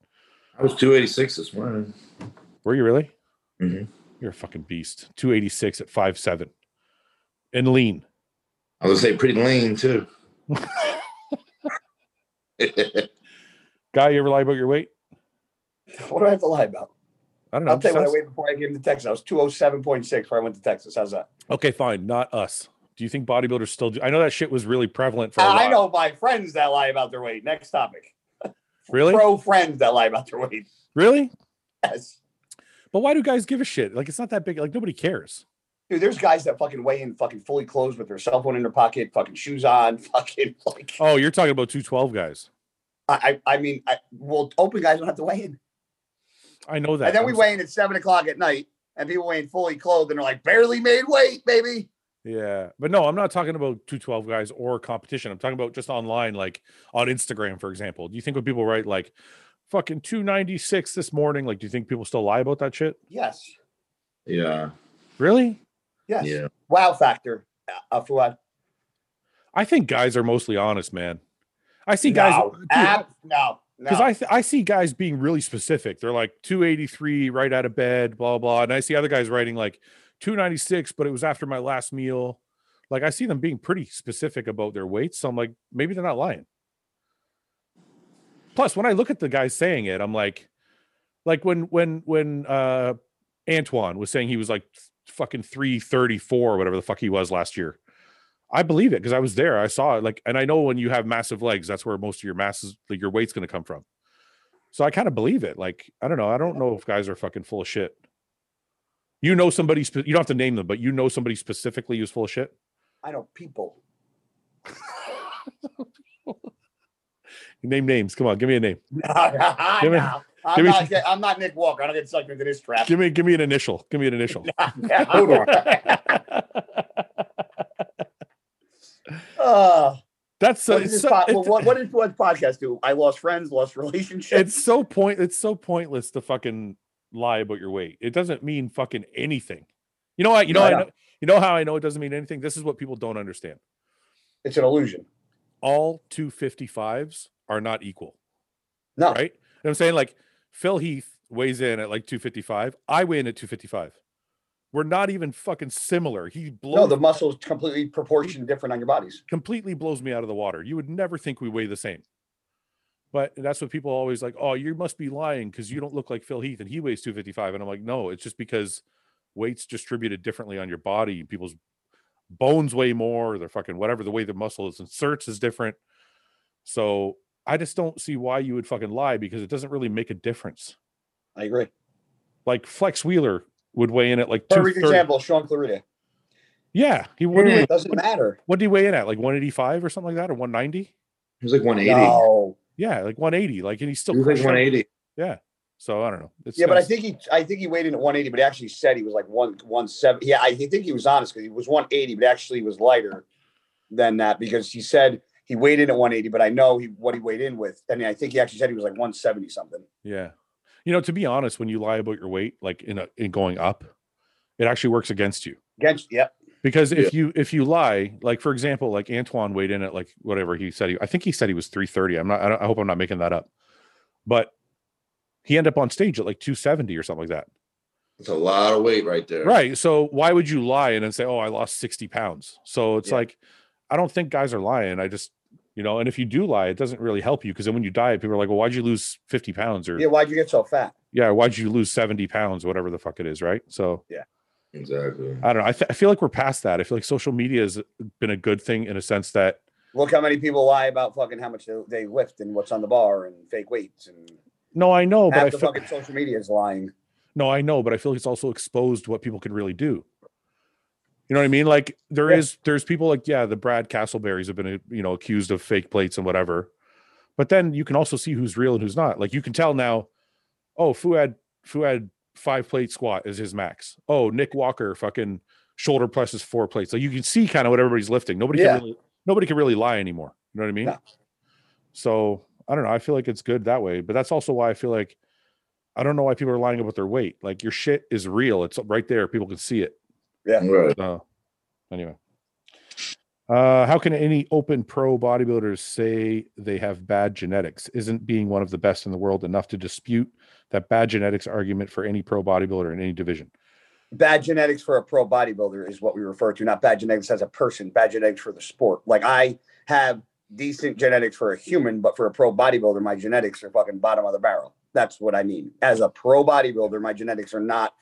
I was 286 this morning. Were you really? Mm-hmm. Mhm. You're a fucking beast. 286 at five seven, and lean. I was gonna say pretty lean too. Guy, you ever lie about your weight? What do I have to lie about? I don't know. I'll tell you what I Sounds- weighed before I came to Texas. I was two oh seven point six before I went to Texas. How's that? okay, fine. Not us. Do you think bodybuilders still do? I know that shit was really prevalent for a I while. know my friends that lie about their weight. Next topic. Really? Pro friends that lie about their weight. Really? Yes. But why do guys give a shit? Like, it's not that big. Like, nobody cares. Dude, there's guys that fucking weigh in fucking fully clothed with their cell phone in their pocket, fucking shoes on, fucking like Oh, you're talking about 212 guys. I I I mean I well open guys don't have to weigh in. I know that. And then we I'm- weigh in at seven o'clock at night and people weighing fully clothed and they're like barely made weight, baby. Yeah, but no, I'm not talking about 212 guys or competition. I'm talking about just online, like on Instagram, for example. Do you think when people write like fucking 296 this morning, like, do you think people still lie about that shit? Yes. yeah. Really? Yes. Yeah. Wow factor. Uh, Fuad. I think guys are mostly honest, man. I see guys no, ab- no, no. because I th- I see guys being really specific. They're like 283 right out of bed, blah blah, and I see other guys writing like 296, but it was after my last meal. Like I see them being pretty specific about their weights, so I'm like, maybe they're not lying. Plus, when I look at the guys saying it, I'm like, like when when when uh Antoine was saying he was like fucking 334, whatever the fuck he was last year. I believe it because I was there. I saw it. Like, and I know when you have massive legs, that's where most of your masses, like your weight's going to come from. So I kind of believe it. Like, I don't know. I don't know if guys are fucking full of shit. You know somebody, spe- you don't have to name them, but you know somebody specifically who's full of shit. I know people. Name names. Come on, give me a name. I Give me- know. I'm, give me- not, I'm not Nick Walker. I don't get sucked into this trap. Give me, give me an initial. Give me an initial. Hold on. Uh, That's so, what, did it's, this so, po- it's, what, what did what podcast do? I lost friends, lost relationships. it's so point. It's so pointless to fucking lie about your weight. It doesn't mean fucking anything. You know what? You know, No, I I know. know you know how I know it doesn't mean anything. This is what people don't understand. It's an illusion. All 255s are not equal. No, right? And I'm saying like Phil Heath weighs in at like 255. I weigh in at 255. We're not even fucking similar. He blows no, the muscle is completely proportioned different on your bodies. completely blows me out of the water. You would never think we weigh the same. But that's what people always like, oh, you must be lying because you don't look like Phil Heath and he weighs 255. And I'm like, no, it's just because weight's distributed differently on your body. People's bones weigh more, they're fucking whatever the way the muscle is inserts is different. So I just don't see why you would fucking lie because it doesn't really make a difference. I agree. like Flex Wheeler would weigh in at like two Perfect thirty. Hmm. example, Sean Clarita. Yeah, he what did he, Doesn't matter. what did he weigh in at? Like one eighty five or something like that, or one ninety? He was like 180. No. Yeah, like one eighty. Like and he's still He was like crushed out. 180. So I don't know. It's Yeah, but I kinda- think he, I think he weighed in at 180, but he actually said he was like one one seven. Yeah, I think he was honest because he was 180, but actually he was lighter than that because he said he weighed in at 180, but I know he what he weighed in with, and I think he actually said he was like 170 something. yeah, you know, to be honest, when you lie about your weight, like in a, in going up, it actually works against you Against, yep, because if you if you lie, like for example, like Antoine weighed in at like whatever he said. He, I think he said he was three thirty. I'm not. I, don't, I hope I'm not making that up, but he ended up on stage at like two seventy or something like that. That's a lot of weight right there. Right. So why would you lie and then say, "Oh, I lost sixty pounds"? So it's Yeah. like, I don't think guys are lying. I just, you know, and if you do lie, it doesn't really help you because then when you die, people are like, "Well, why'd you lose fifty pounds?" Or yeah. yeah. Why'd you get so fat? why'd you lose seventy pounds?" Whatever the fuck it is, right? So Exactly. I don't know. I, th- I feel like we're past that. I feel like social media has been a good thing in a sense that Look how many people lie about fucking how much they, they lift and what's on the bar and fake weights and no, I know, Oh, but half I the feel, fucking social media is lying. no, I know, but I feel like it's also exposed what people can really do. You know what I mean? Like there Yeah. is, there's people like yeah, the Brad Castleberries have been uh, you know accused of fake plates and whatever, but then you can also see who's real and who's not. Like you can tell now, oh Fuad Fuad five plate squat is his max. Oh Nick Walker fucking shoulder press is four plates. Like you can see kind of what everybody's lifting. Nobody Yeah. can really, nobody can really lie anymore. You know what I mean? No. So I don't know. I feel like it's good that way, but that's also why I feel like I don't know why people are lying about their weight. Like your shit is real. It's right there. People can see it. Right. So Oh, anyway. Uh, how can any open pro bodybuilders say they have bad genetics? Isn't being one of the best in the world enough to dispute that bad genetics argument for any pro bodybuilder in any division? bad genetics for a pro bodybuilder is what we refer to, not bad genetics as a person, bad genetics for the sport. Like I have decent genetics for a human, but for a pro bodybuilder, my genetics are fucking bottom of the barrel. That's what I mean. As a pro bodybuilder, my genetics are not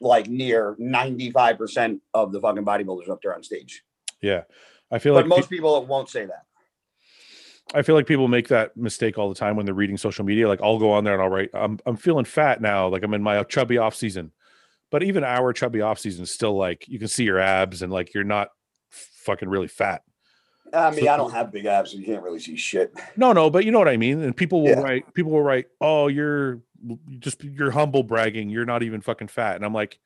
like near 95% of the fucking bodybuilders up there on stage. Yeah, I feel But like pe- most people won't say that. I feel like people make that mistake all the time when they're reading social media. Like I'll go on there and I'll write, I'm I'm feeling fat now, like I'm in my chubby off season. But even our chubby off season is still like you can see your abs and like you're not fucking really fat. I mean, So- Uh, I don't have big abs, so you can't really see shit. No, no, but you know what I mean. And people will Yeah. write, people will write, oh, you're just you're humble bragging, you're not even fucking fat. And I'm like,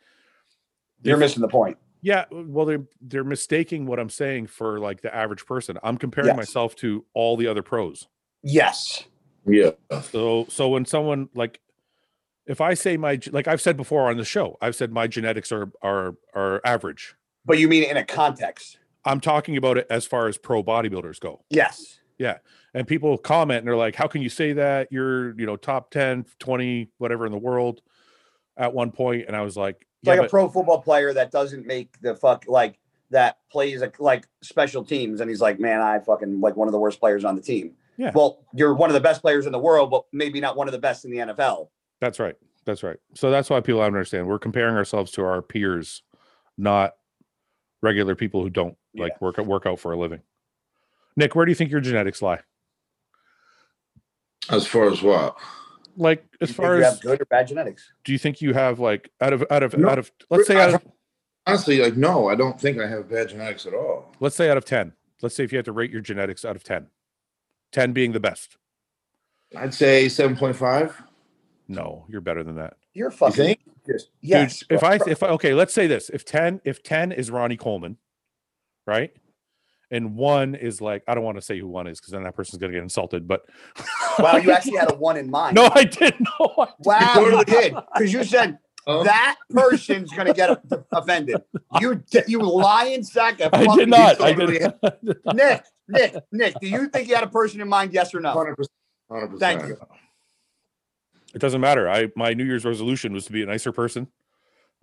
You're If- missing the point. yeah, well, they're they're mistaking what I'm saying for like the average person. I'm comparing Yes. myself to all the other pros. Yes. Yeah. So so when someone like if I say my ge- like I've said before on the show, I've said my genetics are are are average. But you mean in a context. I'm talking about it as far as pro bodybuilders go. Yes. And people comment and they're like, "How can you say that? You're, you know, top 10, 20, whatever in the world at one point." And I was like, It's like "Yeah, a but, pro football player that doesn't make the fuck like that plays like like special teams and he's like, man, I fucking like one of the worst players on the team. Yeah. Well, you're one of the best players in the world, but maybe not one of the best in the NFL. that's right. That's right." So that's why people don't understand. We're comparing ourselves to our peers, not regular people who don't like work work out for a living. Nick, where do you think your genetics lie? As far as what? like You as think far you as have good or bad genetics. do you think you have like out of out of No. out of let's say I out of, Honestly, like no, I don't think I have bad genetics at all. let's say out of 10 let's say if you had to rate your genetics out of 10 10 being the best I'd say seven point five. no you're better than that You're You fucking think? just Dude, yes. if I if I, okay, let's say this: if ten if ten is Ronnie Coleman, right, and one is like I don't want to say who one is because then that person's gonna get insulted. But wow, you actually had a one in mind. no, I didn't know. You wow, totally did. because you said Oh, that person's gonna get offended. You di- you lying sack. of I, I fucking- did not. I totally did. not. Nick, Nick, Nick. Do you think you had a person in mind? Yes or no? 100%. 100%. Oh. Thank you. It doesn't matter. I my New Year's resolution was to be a nicer person.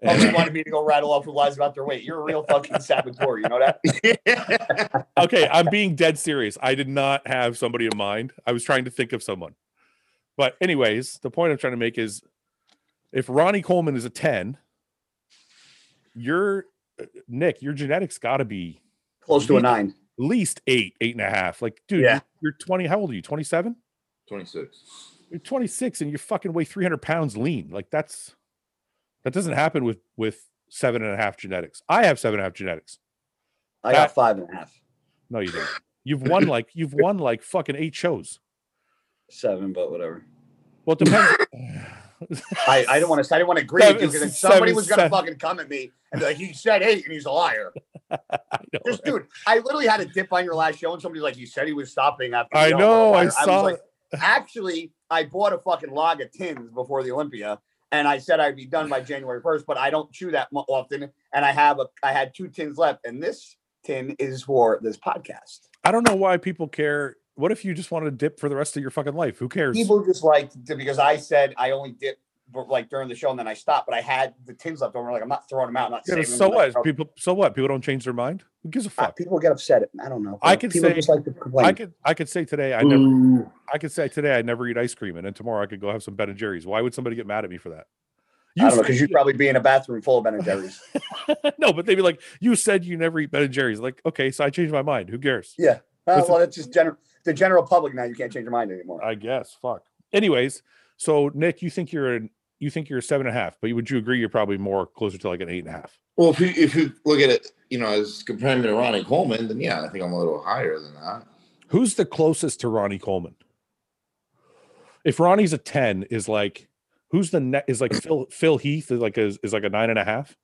Oh, And- you wanted me to go rattle off who lies about their weight. You're a real fucking saboteur. You know that? okay, I'm being dead serious. I did not have somebody in mind. I was trying to think of someone. But anyways, the point I'm trying to make is if Ronnie Coleman is a 10, your Nick, your genetics gotta be Close to a nine. at least eight, eight and a half. Like, dude, Yeah. you're, you're 20. How old are you? 27? 26. You're 26 and you fucking weigh 300 pounds lean. Like that's that doesn't happen with with seven and a half genetics. I have seven and a half genetics. I got five and a half. No, you don't. You've won like you've won like fucking eight shows. Seven, but whatever. Well, it depends. I, I don't want to. I didn't want to agree with you because Seven- if somebody seven- was gonna seven. fucking come at me and be like, "He said eight, and he's a liar." I know. Just right? dude, I literally had a dip on your last show, and somebody's like, "You said he was stopping after." I the know, Olympics." I was saw like, Actually, I bought a fucking log of tins before the Olympia, and I said I'd be done by January first, but I don't chew that mo- often, and I have a I had two tins left, and this tin is for this podcast. I don't know why people care. What if you just want to dip for the rest of your fucking life? Who cares? People just like to- because I said I only dip but, like during the show, and then I stopped, but I had the tins left over. Like I'm not throwing them out. I'm not Yeah, saving so them. what? People. So what? People don't change their mind. Who gives a Ah, fuck? people get upset. I don't know. I could people say- just like Mm-hmm. to complain. I could. I could say today. I never. Ooh. I could say today. I never eat ice cream, and then tomorrow I could go have some Ben and Jerry's. Why would somebody get mad at me for that? I don't know said because you'd probably be in a bathroom full of Ben and Jerry's. no, but they'd be like, "You said you never eat Ben and Jerry's." Like, okay, so I changed my mind. Who cares? Uh, Listen- well, that's just general the general public now. You can't change your mind anymore. I guess. Fuck. Anyways, so Nick, you think you're an, you think you're a seven and a half, but you- would you agree you're probably more closer to like an eight and a half? Well, if you, if you look at it, you know, as comparing me to Ronnie Coleman, then yeah, I think I'm a little higher than that. Who's the closest to Ronnie Coleman? If Ronnie's a ten, is like who's the net is like Phil Phil Heath is like a, is like a nine and a half?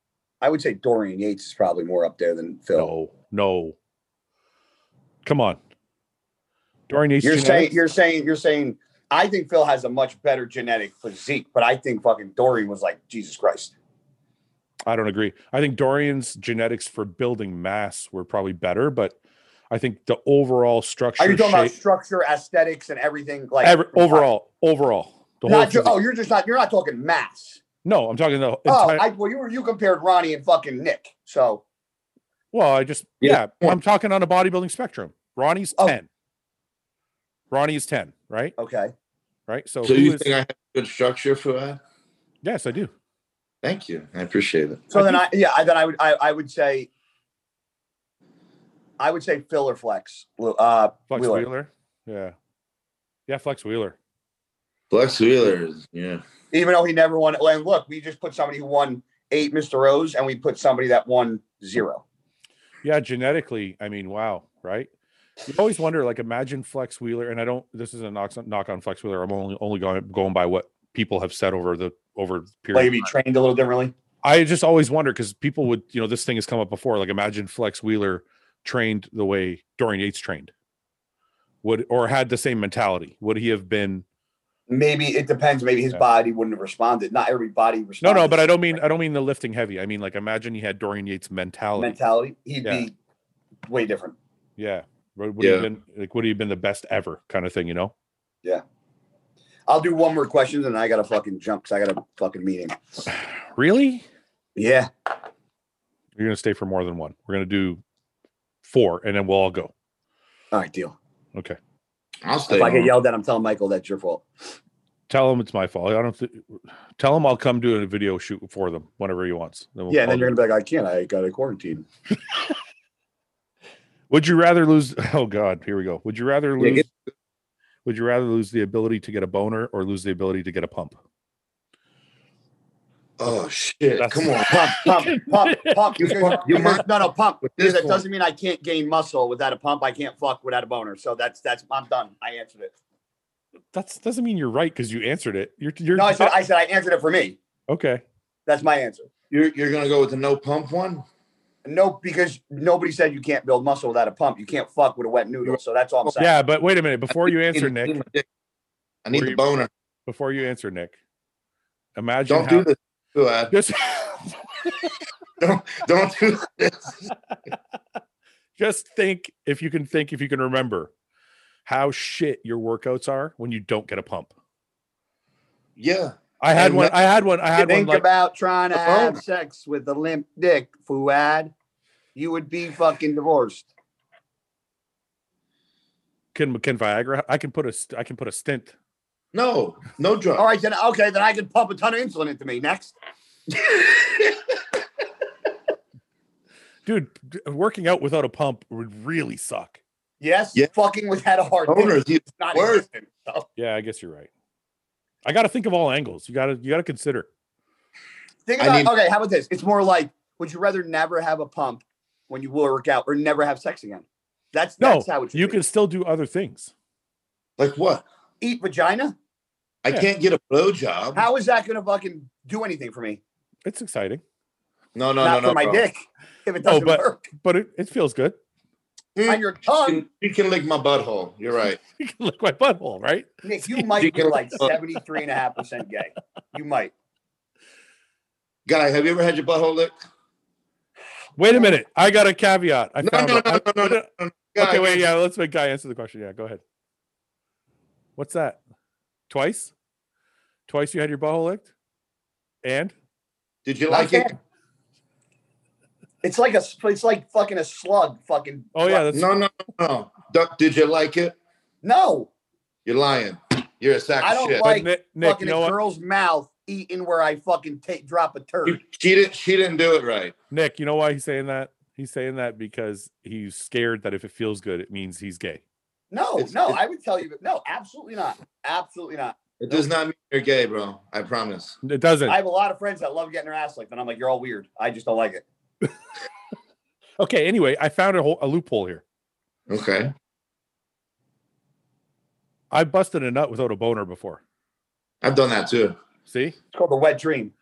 I would say Dorian Yates is probably more up there than Phil. No, no. Come on, Dorian Yates. you're saying genetics? you're saying you're saying. I think Phil has a much better genetic physique, but I think fucking Dorian was like Jesus Christ. I don't agree. I think Dorian's genetics for building mass were probably better, but I think the overall structure, Are you talking about shape- structure, aesthetics, and everything like ever- overall, overall, the whole. Not ju- physi- oh, you're just not you're not talking mass. no, I'm talking the Oh, entire. I, well, you were you compared Ronnie and fucking Nick, so well, I just yeah, Yeah, yeah. I'm talking on a bodybuilding spectrum. Ronnie's Oh. ten. Ronnie is ten, right? okay. Right. So, So who you is- think I have good structure for that? yes, I do. Thank you. I appreciate it. So I then I yeah, I- then I would I, I would say I would say filler flex. Uh Flex Wheeler. Wheeler. Yeah. Yeah, Flex Wheeler. Flex Wheeler is, yeah. even though he never won and look, we just put somebody who won eight Mr. Rose and we put somebody that won zero. Yeah, genetically, I mean, wow, right? You always wonder, like, imagine Flex Wheeler, and I don't. This is a knock knock on Flex Wheeler. I'm only only going going by what people have said over the over the period. Maybe trained a little differently. I just always wonder because people would, you know, this thing has come up before. Like, imagine Flex Wheeler trained the way Dorian Yates trained, would or had the same mentality. Would he have been? Maybe it depends. Maybe his Yeah. body wouldn't have responded. Not every body No, responded. no, but I don't mean I don't mean the lifting heavy. I mean like imagine he had Dorian Yates mentality. mentality. He'd Yeah. be way different. yeah. Would, would he have Yeah. been like would he have been the best ever kind of thing? You know. I'll do one more question and I gotta fucking jump because I got a fucking meeting. Really? Yeah. You're gonna stay for more than one. We're gonna do four, and then we'll all go. All right, deal. Okay. I'll stay. If I get on. yelled at, I'm telling Michael that's your fault. Tell him it's my fault. I don't. Th- tell him I'll come do a video shoot for them whenever he wants. Then we'll Yeah, and call then you're it. gonna be like, I can't. I got to quarantine. Would you rather lose? Oh God, here we go. Would you rather Yeah, lose? get- Would you rather lose the ability to get a boner or lose the ability to get a pump? Oh shit! That's- Come on. Pump, pump, pump, pump. You Because- fuck- you because- might- no, no, pump. with Because this that one. doesn't mean I can't gain muscle without a pump. I can't fuck without a boner. So that's that's I'm done. I answered it. That doesn't mean you're right because you answered it. You're, you're No, I said I said I answered it for me. okay. That's my answer. You're you're gonna go with the no pump one? No, because nobody said you can't build muscle without a pump. You can't fuck with a wet noodle. So that's all I'm saying. Yeah, but wait a minute before you I need- answer, I need Nick. my dick. I need Were the you- boner. Before you answer, Nick. Imagine Don't how, do this, Fuad. just Don't do this. just think if you can think if you can remember how shit your workouts are when you don't get a pump. Yeah. I had And one. I had one. I had one. Think Like, about trying to a have boner. sex with a limp dick, Fuad. You would be fucking divorced. can can Viagra? I can put a st- I can put a stint. No. No All drug. right, then okay, then Oh, I can pump a ton of insulin into me. Next. Dude, d- working out without a pump would really suck. Yes, Yeah. fucking without a hard dick Boner is is even not worse. existent. So Yeah, I guess you're right. I got to think of all angles. You got to you got to consider. think I about need- okay, how about this? It's more like would you rather never have a pump when you work out or never have sex again? That's No, that's how it should You be. can still do other things. Like what? eat vagina. I Yeah. can't get a blowjob. How is that gonna fucking do anything for me? It's exciting, No, no, Not no, no. for my bro. dick. If it doesn't but- work but it, it feels good. Mm, on your tongue, you- you can lick my butthole. You're right. You can lick my butthole, right? Nick, you might be like 73 and a half percent gay. You might. Guy, have you ever had your butthole licked? Wait a minute. I got a caveat. I No, found no, a- no, I- no, no, no, Guy, Okay, wait. Yeah, let's make Guy answer the question. Yeah, go ahead. What's that? Twice? Twice you had your butthole licked? And Did you Not like it? bad. It's like a it's like fucking a slug fucking oh yeah, that's No, no, no, no. Duck, did you like it? No, You're lying. You're a sack I of don't shit. like- but Nick, Nick fucking you know a what? girl's mouth eating where I fucking take drop a turd. You- she didn't. She didn't do it right. Nick, you know why he's saying that? He's saying that because he's scared that if it feels good, it means he's gay. No, It's- no, it's- I would tell you, but no, absolutely not. Absolutely not. It does not mean you're gay, bro. I promise. It doesn't. I have a lot of friends that love getting their ass licked, and I'm like, you're all weird. I just don't like it. Okay, anyway, I found a, whole, a loophole here. Okay. I busted a nut without a boner before. I've done that too. See? It's called the wet dream.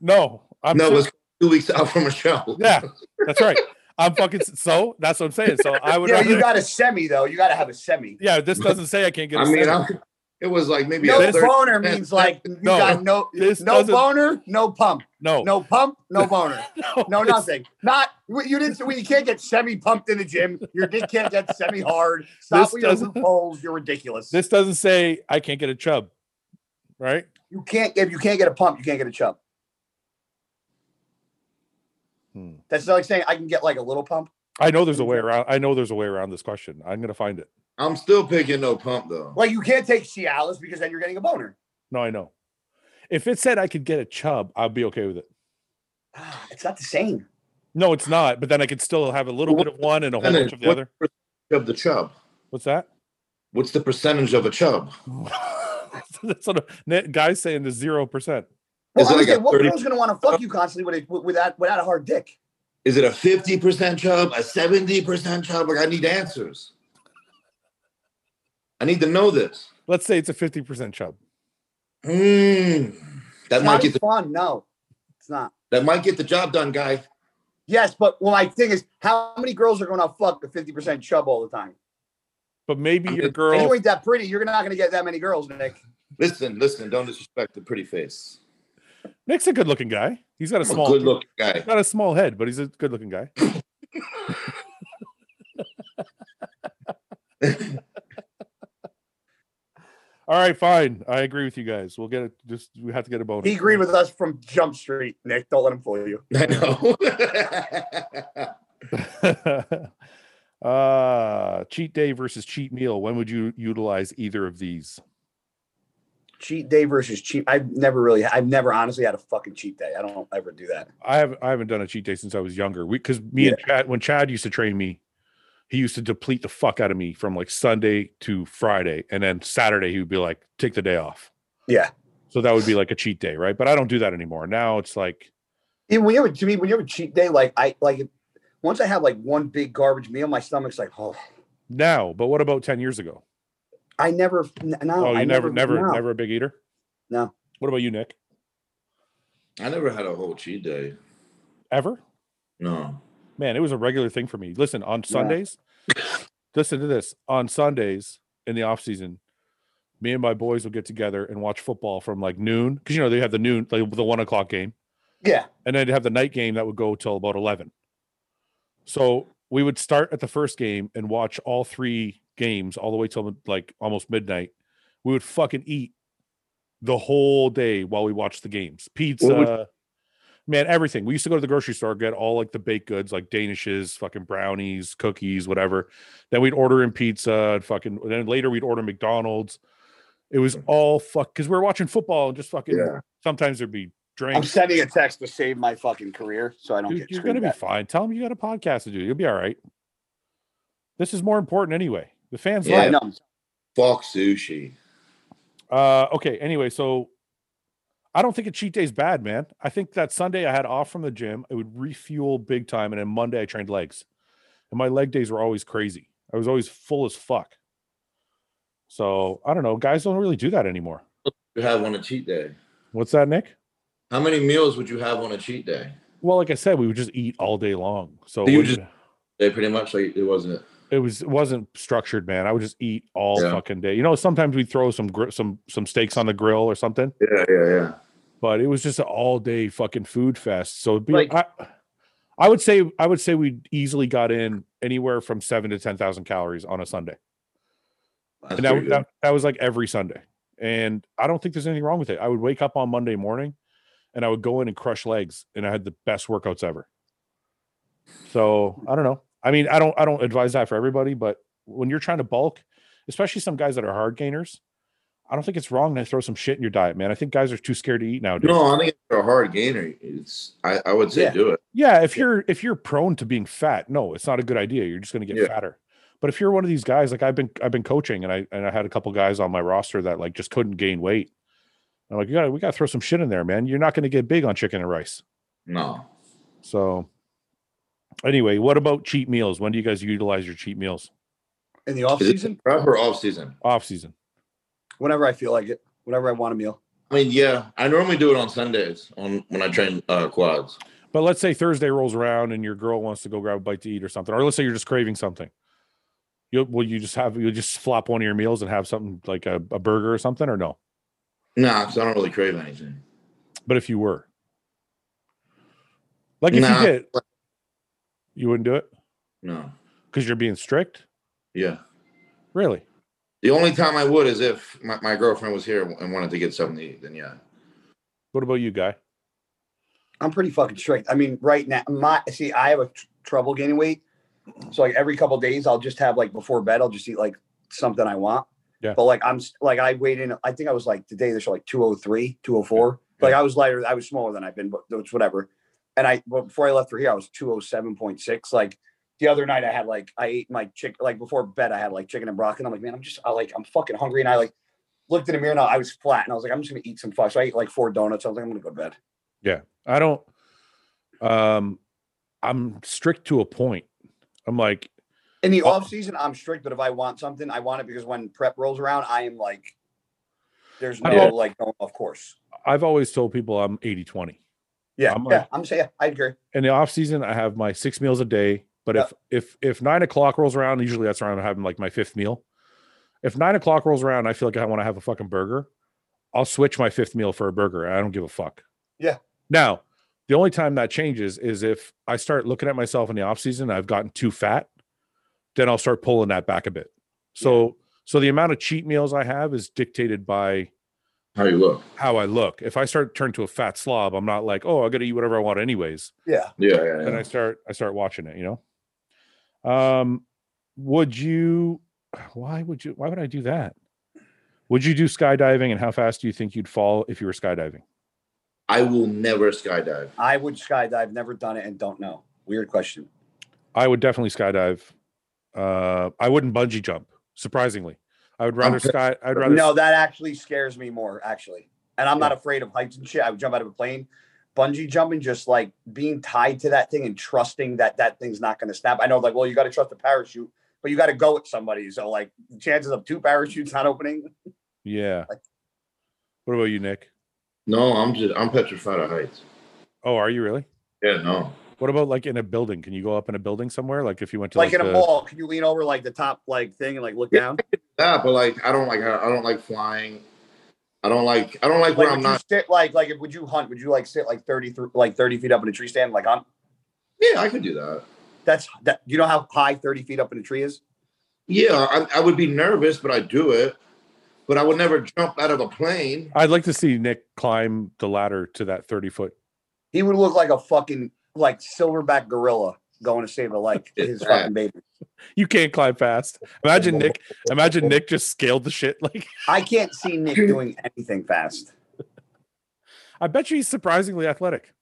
No, I'm no, ser- it was two weeks out from a show. yeah, that's right. I'm fucking s- so that's what I'm saying. So I would Yeah, rather- you got a semi though. You got to have a semi. yeah, this doesn't say I can't get a I mean, seven. I, it was like maybe No a third. boner means like you No, got no this no doesn't- boner, no pump, no, no pump, no boner, no it's- nothing. Not you you didn't. When you can't get semi pumped in the gym, your dick can't get semi hard. Stop This with your doesn't- loopholes. You're ridiculous. This doesn't say I can't get a chub, right? you can't if you can't get a pump, you can't get a chub. Hmm. That's like saying I can get like a little pump. I know there's a way around. I know there's a way around this question. I'm gonna find it. I'm still picking no pump though. Like you can't take Cialis because then you're getting a boner. No, I know. If it said I could get a chub, I'd be okay with it. Ah, It's not the same. No, it's not. But then I could still have a little bit of one and a whole bunch Percentage, of the what's other. the percentage of the chub. What's that? What's the percentage of a chub? That's what a- Nick- guy's saying the zero percent. Well, Is I'm it like saying, a what 30 girl's gonna want to fuck you constantly with a, with- without without a hard dick? Is it a 50% chub, a 70% chub? Like, I need answers. I need to know this. Let's say it's a fifty percent chub. Mm, that It's might not get as the, fun. No, it's not. that might get the job done, guy. Yes, but well, my thing is, how many girls are gonna fuck a fifty percent chub all the time? But maybe I'm your just- girl. And you ain't that pretty. You're not gonna get that many girls, Nick. Listen, listen. Don't disrespect the pretty face. Nick's a good-looking guy. He's got a I'm a small, good looking guy. got a small head, but he's a good-looking guy. All right, fine. I agree with you guys. We'll get it. Just we have to get a bonus. He agreed with us from Jump Street, Nick. Don't let him fool you. I know. uh, cheat day versus cheat meal. When would you utilize either of these? Cheat day versus cheat. I've never really, I've never honestly had a fucking cheat day. I don't ever do that. I have I haven't done a cheat day since I was younger. We because me and Chad when Chad used to train me, he used to deplete the fuck out of me from like Sunday to Friday, and then Saturday he would be like, "Take the day off." Yeah. So that would be like a cheat day, right? But I don't do that anymore. Now it's like Yeah, when you have a, to me, when you have a cheat day, like I like once I have like one big garbage meal, my stomach's like, oh, now, but what about ten years ago? I never. n- No, oh, you I never, never, no. never a big eater. No. What about you, Nick? I never had a whole cheat day. Ever? No. Man, it was a regular thing for me. Listen, on Yeah. Sundays, listen to this. On Sundays in the off season, me and my boys would get together and watch football from like noon because you know they have the noon, like the one o'clock game, Yeah, and then they have the night game that would go till about eleven. So we would start at the first game and watch all three games all the way till like almost midnight. We would fucking eat the whole day while we watched the games. Pizza, man, everything. We used to go to the grocery store, get all like the baked goods, like danishes, fucking brownies, cookies, whatever. Then we'd order in pizza and fucking then later we'd order McDonald's. It was all fuck because we were watching football and just fucking Yeah. sometimes there'd be I'm drinks. sending a text to save my fucking career, so I don't Dude, get. you're gonna screamed be at. fine. Tell them you got a podcast to do. You'll be all right. This is more important anyway. The fans Yeah. love I it. know. Fuck sushi. Uh, okay. Anyway, so I don't think a cheat day is bad, man. I think that Sunday I had off from the gym. I would refuel big time, and then Monday I trained legs, and my leg days were always crazy. I was always full as fuck. So I don't know. Guys don't really do that anymore. You have on a cheat day. What's that, Nick? How many meals would you have on a cheat day? Well, like I said, we would just eat all day long. So So you it just- wouldn't- They pretty much like it wasn't it. it was it wasn't structured, man. I would just eat all Yeah. fucking day. You know, sometimes we throw some gri- some some steaks on the grill or something, Yeah, yeah, yeah. but it was just an all day fucking food fest. So it'd be, Like- I, I would say I would say we easily got in anywhere from seven to ten thousand calories on a Sunday, That's and that, pretty that that was like every Sunday. And I don't think there's anything wrong with it. I would wake up on Monday morning, and I would go in and crush legs, and I had the best workouts ever. So I don't know. I mean, I don't I don't advise that for everybody, but when you're trying to bulk, especially some guys that are hard gainers, I don't think it's wrong to throw some shit in your diet, man. I think guys are too scared to eat good. nowadays. No, I think if you're a hard gainer, it's I, I would say Yeah. do it. Yeah, if you're if you're prone to being fat, no, it's not a good idea. You're just going to get Yeah. fatter. But if you're one of these guys, like I've been I've been coaching and I and I had a couple guys on my roster that like just couldn't gain weight. I'm like, you gotta, we got to throw some shit in there, man. You're not going to get big on chicken and rice. No. So anyway, what about cheat meals? When do you guys utilize your cheat meals? in the off Is it season, Prep or off season? Off season. whenever I feel like it, whenever I want a meal. I mean, yeah. I normally do it on Sundays on when I train uh, quads. But let's say Thursday rolls around and your girl wants to go grab a bite to eat or something, or let's say you're just craving something. You will you just have you'll just flop one of your meals and have something like a, a burger or something, or no? Nah, because I don't really crave anything. But if you were, like if Nah. you did, you wouldn't do it No. because you're being strict. Yeah. Really? The only time I would is if my, my girlfriend was here and wanted to get something to eat. Then yeah. What about you, guy? I'm pretty fucking strict. I mean, right now, my see, I have a tr- trouble gaining weight, so like every couple days, I'll just have like before bed, I'll just eat like something I want. Yeah. But like I'm s- like I weighed in. I think I was like today. This like 203, 204. Like I was lighter. I was smaller than I've been, but it's whatever. And I well, before I left for here, I was 207.6. Like the other night, I had like I ate my chick like before bed. I had like chicken and broccoli. And I'm like, man, I'm just I like I'm fucking hungry. And I like looked in the mirror and I was flat. And I was like, I'm just gonna eat some fuck. So I ate like four donuts. I was like, I'm gonna go to bed. I don't. Um, I'm strict to a point. I'm like, In the Oh. off season, I'm strict, but if I want something, I want it because when prep rolls around, I am like, there's I no don't- like going off course. I've always told people I'm 80 20. Yeah, I'm yeah, like- I'm saying I agree. in the off season i have my six meals a day but Yeah. if if if nine o'clock rolls around usually that's around having like my fifth meal if nine o'clock rolls around i feel like i want to have a fucking burger i'll switch my fifth meal for a burger i don't give a fuck Yeah. now the only time that changes is if i start looking at myself in the off season i've gotten too fat then i'll start pulling that back a bit so so the amount of cheat meals i have is dictated by How you look? how i look if i start to turn to a fat slob i'm not like oh i gotta eat whatever i want anyways Yeah, Yeah, yeah, and I yeah. start I start watching it, you know. Um would you why would you why would I do that? Would you do skydiving and how fast do you think you'd fall if you were skydiving? I will never skydive. I would skydive. Never done it and don't know. Weird question. I would definitely skydive. Uh, I wouldn't bungee jump. Surprisingly, I would rather Okay. sky. I'd rather No, that actually scares me more, actually. And I'm not afraid of heights and shit. I would jump out of a plane. Bungee jumping, just like being tied to that thing and trusting that that thing's not going to snap. I know, like, well, you got to trust the parachute, but you got to go with somebody. So, like, chances of two parachutes not opening. Yeah. Like- What about you, Nick? No, I'm just I'm petrified of heights. Oh, are you really? Yeah, no. What about like in a building? Can you go up in a building somewhere? Like if you went to Like, in the- a mall, can you lean over like the top like thing and like look down? That, but like I don't like I don't like flying. I don't like I don't like, Like, where would I'm you not. sit like like would you hunt? Would you like sit like thirty through like thirty feet up in a tree stand like hunt? yeah, I could do that. That's that. You know how high thirty feet up in a tree is? Yeah, I, I would be nervous, but I do it. But I would never jump out of a plane. I'd like to see Nick climb the ladder to that thirty foot. He would look like a fucking like silverback gorilla going to save a like It's his bad. fucking baby. You can't climb fast. Imagine Nick. Imagine Nick just scaled the shit. Like I can't see Nick doing anything fast. I bet you he's surprisingly athletic.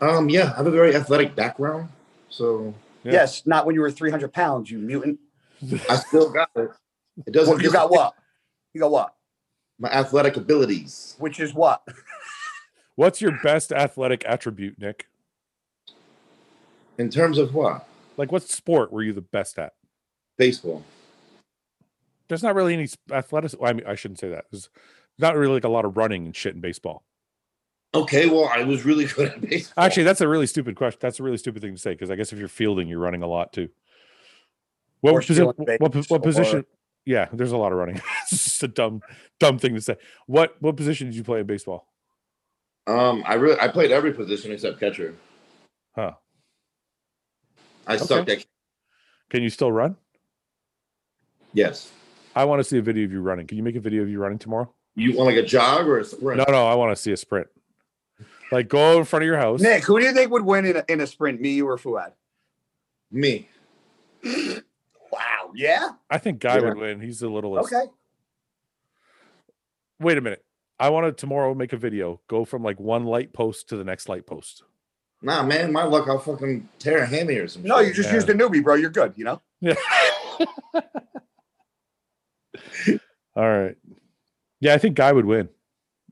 Um, yeah, I have a very athletic background, so Yeah. Yes, not when you were three hundred pounds, you mutant. I still got it. It doesn't. Well, you got what? You got what? my athletic abilities. Which is what? What's your best athletic attribute, Nick? In terms of what? Like what sport were you the best at? Baseball. There's not really any athleticism. I mean, I shouldn't say that. There's not really like a lot of running and shit in baseball. Okay, well, I was really good at baseball. Actually, that's a really stupid question. That's a really stupid thing to say because I guess if you're fielding, you're running a lot too. What Or posi- stealing what, po- bases what or- position? Yeah, there's a lot of running. it's just a dumb, dumb thing to say. What what position did you play in baseball? um, I really I played every position except catcher. Huh? I sucked at Can you still run? yes. I want to see a video of you running. Can you make a video of you running tomorrow? You want like a jog or a sprint? No, no, I want to see a sprint. Like go in front of your house. Nick, who do you think would win in a, in a sprint? Me, you, or Fuad? Me. Wow. Yeah. I think Guy Yeah. would win. He's the littlest. Okay. Wait a minute. I want to tomorrow make a video. Go from like one light post to the next light post. Nah, man, my luck. I'll fucking tear a hammy or some. No, shit. you just Yeah. used a newbie, bro. You're good. You know. Yeah. All right. Yeah, I think Guy would win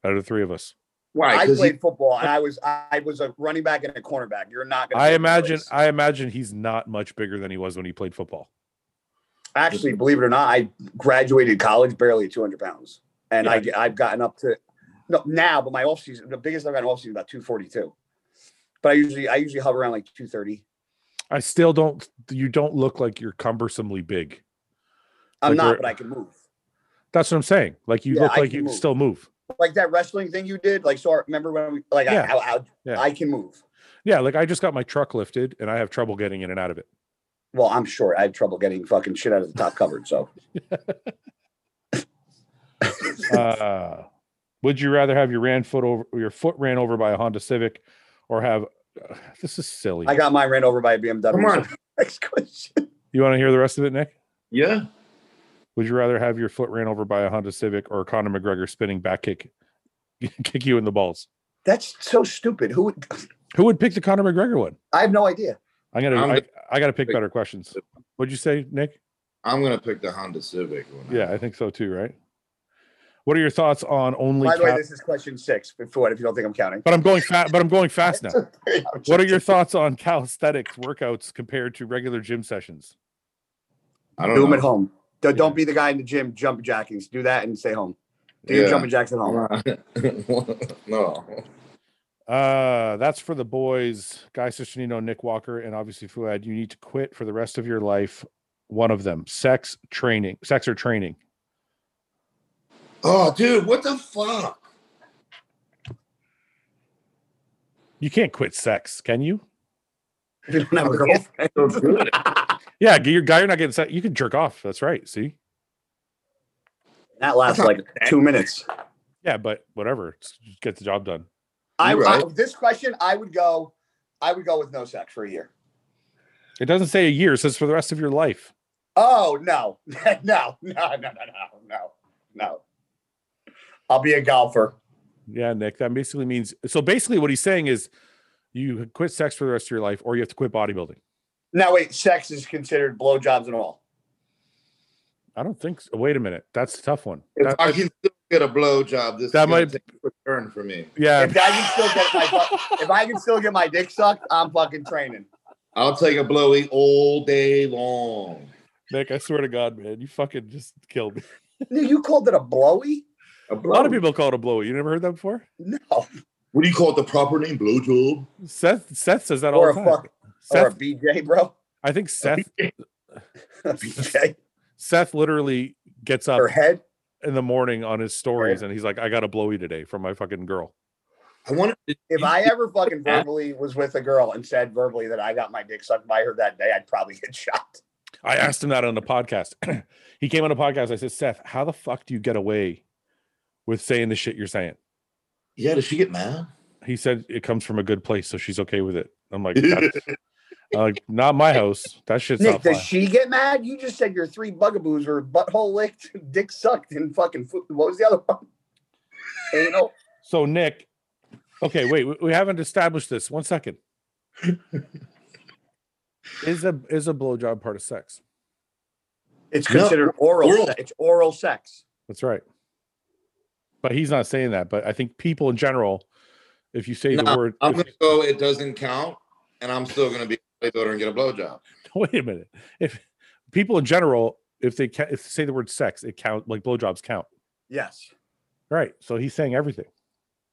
out of the three of us. why? I Because played football and I was I was a running back and a cornerback. You're not gonna I win the imagine race. I imagine he's not much bigger than he was when he played football. actually believe it or not, I graduated college barely at 200 pounds. And I I've gotten up to no now, but my offseason, the biggest I've gotten offseason is about 242. But I usually I usually hover around like 230. I still don't you don't look like you're cumbersomely big. I'm Like not, we're- but I can move. That's what I'm saying. Like you Yeah, look I like can you move. still move. Like that wrestling thing you did, like so I remember when we like Yeah. I, I, I, Yeah. I can move. Yeah, like I just got my truck lifted and I have trouble getting in and out of it. Well, I'm short. I had trouble getting fucking shit out of the top covered. So Uh, would you rather have your ran foot over your foot ran over by a Honda Civic or have this is silly. I got mine ran over by a BMW. Come on. Next question. you want to hear the rest of it, Nick? yeah. Would you rather have your foot ran over by a Honda Civic or Conor McGregor spinning back kick kick you in the balls? That's so stupid. Who would Who would pick the Conor McGregor one? I have no idea. I'm gonna I'm I, gonna I gotta pick pick- better questions. What'd you say, Nick? I'm gonna pick the Honda Civic. When Yeah, I think so too, right? What are your thoughts on only By the way, cat- this is question six. Before if you don't think I'm counting. but I'm going fat but I'm going fast now. I'm What are joking. your thoughts on calisthenics workouts compared to regular gym sessions? I, I don't Do them know. at home. Do- Yeah. Don't be the guy in the gym jumping jackings. Do that and stay home. Do your Yeah. jumping jacks at home. no. Uh, that's for the boys, Guy Sisternino, Nick Walker, and obviously Fuad. You need to quit for the rest of your life. One of them, sex training, sex or training. Oh, dude, what the fuck? You can't quit sex, can you? If you don't have a girlfriend. So good. Yeah, g- your guy, you're not getting sex. You can jerk off. That's right. See, That lasts like two minutes. yeah, but whatever, it's- just get the job done. I, You're right. I- this question I would go, I would go with no sex for a year. It doesn't say a year; it says for the rest of your life. Oh no, no, no, no, no, no, no, no. I'll be a golfer. Yeah, Nick. That basically means so. Basically, what he's saying is, you quit sex for the rest of your life, or you have to quit bodybuilding. Now wait, sex is considered blowjobs and all. I don't think. So. Wait a minute. That's a tough one. If That, I can still get a blowjob, this That is gonna might- take a turn for me. yeah. If I can still get my fu- if I can still get my dick sucked, I'm fucking training. I'll take a blowy all day long. Nick, I swear to God, man, you fucking just killed me. Dude, You called it a blowy? A A, lot of blowy. people call it a blowy. You never heard that before? No, What do you call it? The proper name, blowjob. Seth Seth says that all or the a time. fuck or a Seth, BJ, bro. I think Seth A BJ Seth literally gets up or head. in the morning on his stories and he's like, I got a blowy today from my fucking girl. I wanted to If I ever fucking verbally was with a girl and said verbally that I got my dick sucked by her that day, I'd probably get shot. I asked him that on the podcast. he came on the podcast. I said, Seth, how the fuck do you get away with saying the shit you're saying? Yeah, does she get mad? He said it comes from a good place, so she's okay with it. I'm like, "That's- I'm like not my house. That shit's Nick, not does fine. she get mad? You just said your three bugaboos were butthole licked, dick sucked, and fucking food. What was the other one? Anal. So Nick, okay, wait, we, we haven't established this. One second. is a is a blowjob part of sex? It's No, considered oral. oral. se- It's oral sex. That's right. But he's not saying that. But I think people in general, if you say No, the word, I'm if gonna you- go. It doesn't count, and I'm still gonna be a bodybuilder and get a blowjob. wait a minute. If people in general, if they ca- if they say the word sex, it count like blowjobs count. Yes. Right. So he's saying everything.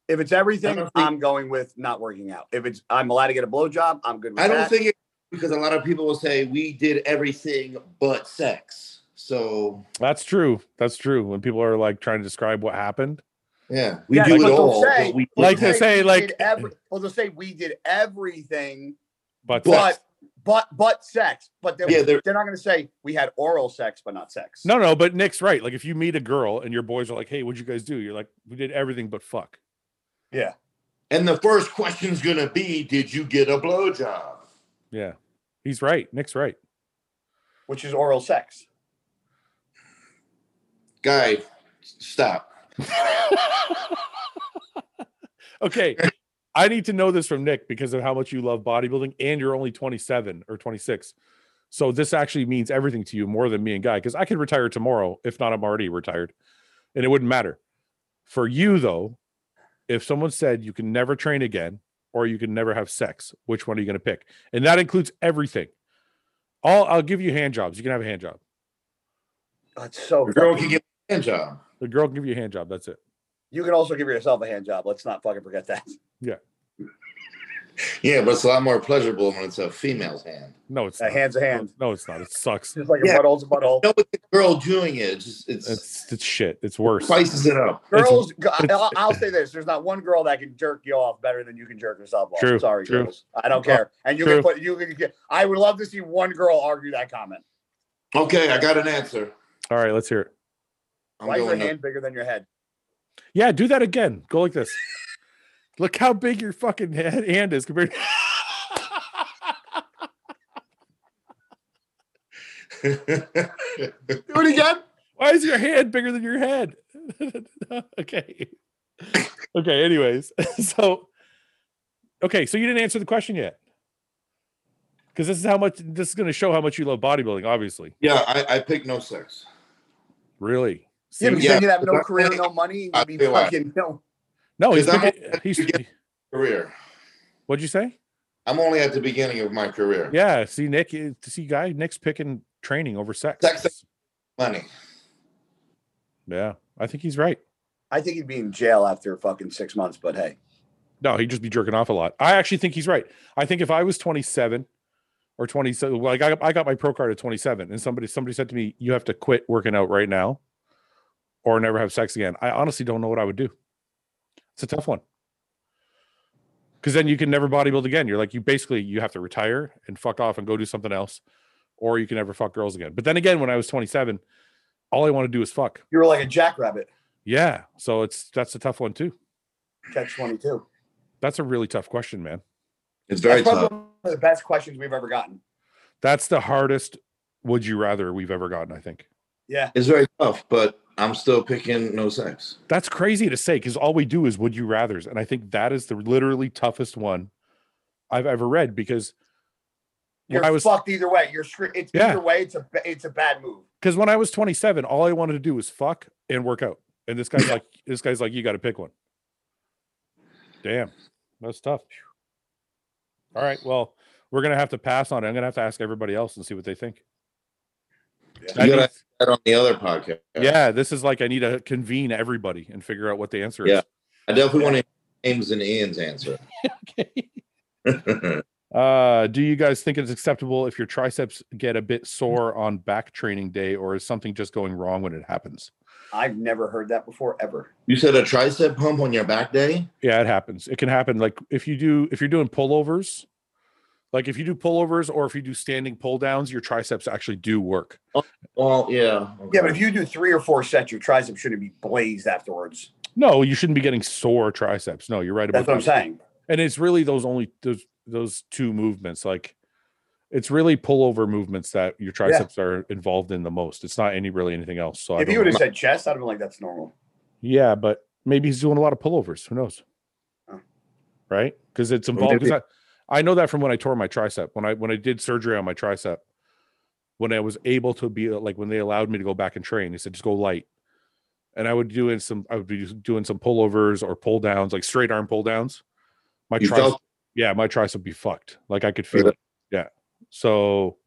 If it's everything, don't think- I'm going with not working out. If it's I'm allowed to get a blowjob, I'm good with I don't that. think it because a lot of people will say we did everything but sex. So That's true. That's true. When people are like trying to describe what happened, yeah, we Yeah, do but it they'll all. say- but we Like didn't this- have- say, we like- did every, well, they'll say we did everything, but, But- sex- but but but sex. But they're, Yeah, they're, they're- not going to say we had oral sex, but not sex. no, no. But Nick's right. Like if you meet a girl and your boys are like, "Hey, what'd you guys do?" You're like, "We did everything but fuck." Yeah. And the first question's gonna be, did you get a blowjob? Yeah, he's right. Nick's right. Which is oral sex. Guy, s- stop. Okay, I need to know this from Nick because of how much you love bodybuilding, and you're only 27 or 26. So this actually means everything to you more than me and Guy because I could retire tomorrow if not I'm already retired, and it wouldn't matter. For you though, if someone said you can never train again or you can never have sex, which one are you going to pick? And that includes everything. All I'll give you hand jobs. You can have a hand job. That's so. A girl fucking- can get a blowjob. The girl can give you a hand job. That's it. you can also give yourself a hand job. Let's not fucking forget that. Yeah, but it's a lot more pleasurable when it's a female's hand. No, it's A not. hand's a No, hand. No, it's not. It sucks. Just like Yeah. a butthole's a butthole. No, with the girl doing it, it's just, it's, It's it's shit. It's worse. spices it up. It's- Girls, g- I- it's- I'll, I'll say this: there's not one girl that can jerk you off better than you can jerk yourself off. True, Sorry, true. girls. I don't True. care. And you True. can put you can. Get, I would love to see one girl argue that comment. Okay, I got an answer. All right, let's hear it. I'm Why is your going hand bigger than your head? Yeah, do that again. Go like this. Look how big your fucking head hand is compared. up. Do it again. Why is your hand bigger than your head? okay. Okay. Anyways, so okay, so you didn't answer the question yet. Because this is how much this is going to show how much you love bodybuilding. Obviously, yeah, I, I picked no sex. really. Yeah, because See? yeah. then you'd have no That's- career, no money. I'll You'd be tell you what. fucking no. No, he's, 'Cause I'm picking- only- he's. Yeah. Career. What'd you say? I'm only at the beginning of my career. Yeah. See, Nick. eh, See, guy. Nick's picking training over sex. Sex, sex. Money. Yeah, I think he's right. I think he'd be in jail after fucking six months. But hey, No, he'd just be jerking off a lot. I actually think he's right. I think if I was 27 or 27, well, I got I got my pro card at 27, and somebody somebody said to me, "You have to quit working out right now, or never have sex again." I honestly don't know what I would do. It's a tough one because then you can never bodybuild again. You're like you basically you have to retire and fuck off and go do something else, or you can never fuck girls again. But then again, when I was 27, all I want to do is fuck. you were like a jackrabbit. Yeah, so it's that's a tough one too. Catch twenty two. That's a really tough question, man. That's It's very probably tough. one of the best questions we've ever gotten. That's the hardest would you rather we've ever gotten, I think. Yeah, It's very tough, but I'm still picking no sex. That's crazy to say because all we do is would you rathers. And I think that is the literally toughest one I've ever read because You're I was- fucked either way. You're screwed. It's Yeah. either way. It's a ba- it's a bad move. because when I was 27, all I wanted to do was fuck and work out. And this guy's like, this guy's like, you got to pick one. Damn, that's tough. All right, well, we're gonna have to pass on it. I'm gonna have to ask everybody else and see what they think. I You need- gotta that on the other podcast. yeah, this is like I need to convene everybody and figure out what the answer Yeah. is. I definitely want to hear James and Ian's answer. Okay. Uh, do you guys think it's acceptable if your triceps get a bit sore on back training day, or is something just going wrong when it happens? I've never heard that before ever. you said a tricep pump on your back day? Yeah, it happens. It can happen. Like if you do, if you're doing pullovers, like if you do pullovers or if you do standing pull downs, your triceps actually do work. Well, yeah. Yeah, but if you do three or four sets, your tricep shouldn't be blazed afterwards. No, you shouldn't be getting sore triceps. No, you're right about That's what I'm that. saying. And it's really those only those those two movements. Like it's really pullover movements that your triceps are involved in the most. It's not any really anything else. So I If don't you would know. have said chest, I'd have been like, that's normal. yeah, but maybe he's doing a lot of pullovers. Who knows? Oh. Right? Because it's Well, involved. maybe- 'cause I, I know that from when I tore my tricep. When I when I did surgery on my tricep, when I was able to be like when they allowed me to go back and train, they said just go light. And I would do in some I would be just doing some pullovers or pull downs, like straight arm pull downs. My You tricep, felt- yeah, my tricep would be fucked. Like I could Really? feel it. Yeah. So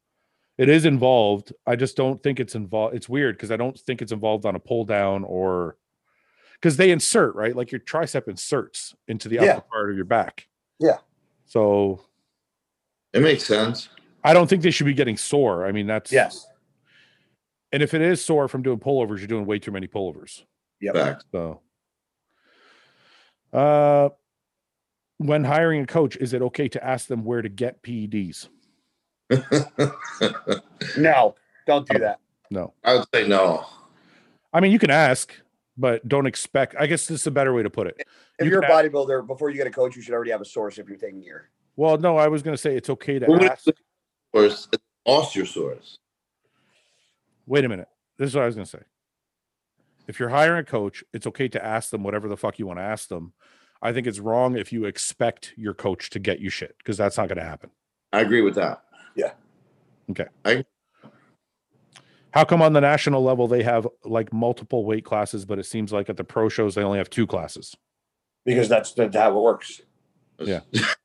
it is involved. I just don't think it's involved. It's weird because I don't think it's involved on a pull down or because they insert, right? Like your tricep inserts into the Yeah. upper part of your back. Yeah. So it makes sense. I don't think they should be getting sore. I mean, that's Yes. And if it is sore from doing pullovers, you're doing way too many pullovers. Yep. Fact. So, uh, when hiring a coach, is it okay to ask them where to get E PEDs? I No, don't do that. No, would say no. I mean you can ask, but don't expect. I guess this is a better way to put it. If You you are a can ask- bodybuilder, before you get a coach, you should already have a source if you're taking gear. Well, no, I was going to say it's okay to Well, what ask. is Or it's osteosaurus. Wait a minute. This is what I was going to say. If you're hiring a coach, it's okay to ask them whatever the fuck you want to ask them. I think it's wrong if you expect your coach to get you shit because that's not going to happen. I agree with that. How come on the national level they have like multiple weight classes, but it seems like at the pro shows they only have two classes? Because that's the, how it works. Yeah.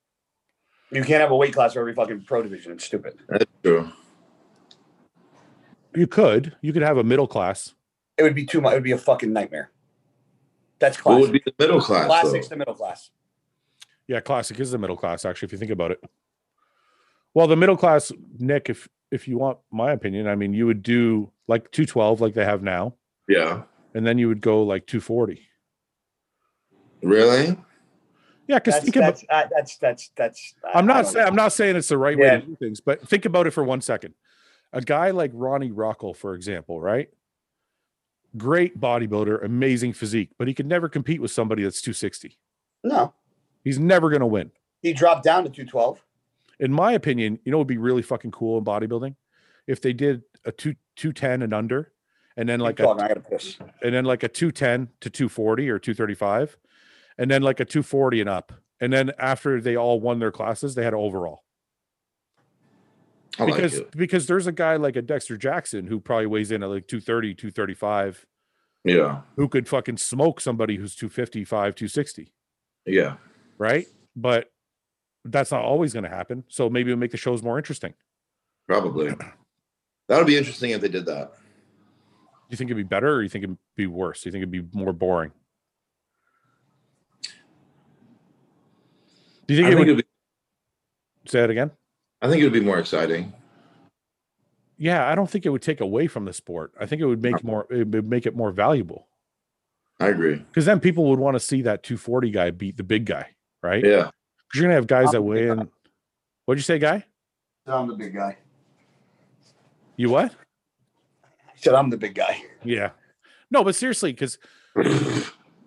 You can't have a weight class for every fucking pro division. It's stupid. That's true. You could, you could have a middle class. It would be too much. It would be a fucking nightmare. That's What classic. would be the middle class? Classic's though? the middle class. Yeah, classic is the middle class, actually, if you think about it. Well, the middle class, Nick, if if you want my opinion, I mean you would do like 212 like they have now, Yeah. and then you would go like 240. Really? Yeah, because That's think about that's, uh, that's that's that's. I'm I not don't saying know. I'm not saying it's the right Yeah. way to do things, but think about it for one second. A guy like Ronnie Rockel, for example, right? Great bodybuilder, amazing physique, but he could never compete with somebody that's 260. No, He's never going to win. he dropped down to two twelve. In my opinion, you know, it would be really fucking cool in bodybuilding if they did a two 210 and under, and then like Like a, I gotta piss. and then like a 210 to 240 or 235, and then like a 240 and up. And then after they all won their classes, they had overall. I like because it. because there's a guy like a Dexter Jackson who probably weighs in at like 230, 235, Yeah. who could fucking smoke somebody who's 255, 260, Yeah. right? But that's not always going to happen. So maybe it'll make the shows more interesting. Probably. That would be interesting if they did that. Do you think it'd be better or you think it'd be worse? Do you think it'd be more boring? Do you I think think, it would it'd be, say that again? I think it would be more exciting. Yeah, I don't think it would take away from the sport. I think it would make more it would make it more valuable I agree. because then people would want to see that 240 guy beat the big guy, right? Yeah. Because you're gonna have guys that I'm weigh in. What'd you say, guy? I'm the big guy. You what? I said I'm the big guy. Yeah. No, but seriously, because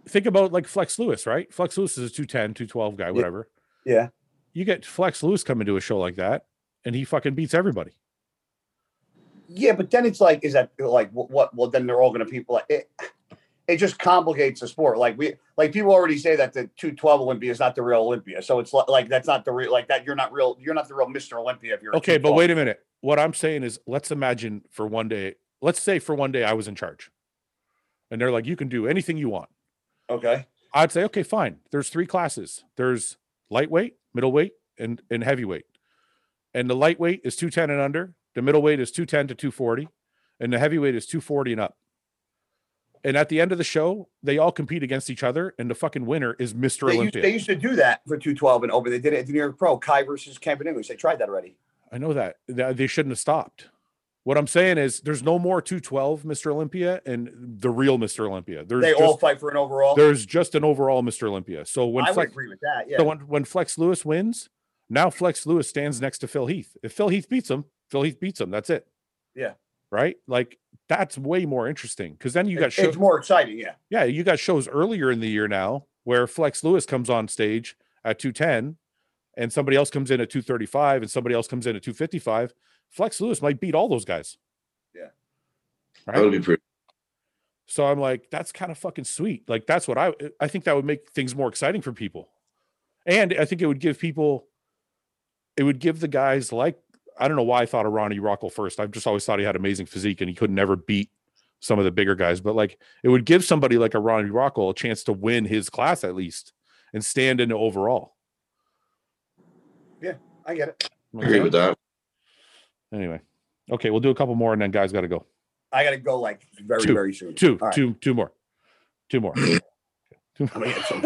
think about like Flex Lewis, right? Flex Lewis is a 210, 212 guy, whatever. Yeah. You get Flex Lewis coming to a show like that, and he fucking beats everybody. Yeah, but then it's like, is that like wh- what? Well, then they're all gonna people like it. it just complicates the sport. Like we, like people already say that the 212 Olympia is not the real Olympia. So it's li- like, that's not the real, like that. You're not real. You're not the real Mr. Olympia. If you're a Okay, but 212. wait a minute. What I'm saying is, let's imagine for one day, let's say for one day I was in charge, and they're like, you can do anything you want. Okay. I'd say, okay, fine. There's three classes. There's lightweight, middleweight, and and heavyweight. And the lightweight is 210 and under. The middleweight is 210 to 240, and the heavyweight is 240 and up. And at the end of the show, they all compete against each other, and the fucking winner is Mr. They used, Olympia. they used to do that for 212 and open. They did it at the New York Pro, Kai versus Camp English. They tried that already. I know that. Th- They shouldn't have stopped. What I'm saying is there's no more 212 Mr. Olympia and the real Mr. Olympia. There's They just, all fight for an overall. there's just an overall Mr. Olympia. So when I would Flex, agree with that. Yeah. so when, when Flex Lewis wins, now Flex Lewis stands next to Phil Heath. If Phil Heath beats him, Phil Heath beats him. That's it. Yeah. Right? Like that's way more interesting because then you got It- show- it's more exciting. Yeah. yeah, you got shows earlier in the year now where Flex Lewis comes on stage at 210 and somebody else comes in at 235 and somebody else comes in at 255. Flex Lewis might beat all those guys. Yeah. That would Right. be pretty. So I'm like, that's kind of fucking sweet. Like, that's what I eh, I think that would make things more exciting for people. And I think it would give people, it would give the guys like, I don't know why I thought of Ronnie Rockle first. I've just always thought he had amazing physique and he could never beat some of the bigger guys, but like it would give somebody like a Ronnie Rockle a chance to win his class at least and stand in the overall. I get it. I agree with that. Anyway, okay, we'll do a couple more and then guys got to go. I got to go like very, Two. very soon. Two, All right. two, two more, two more. Two I'm gonna get some-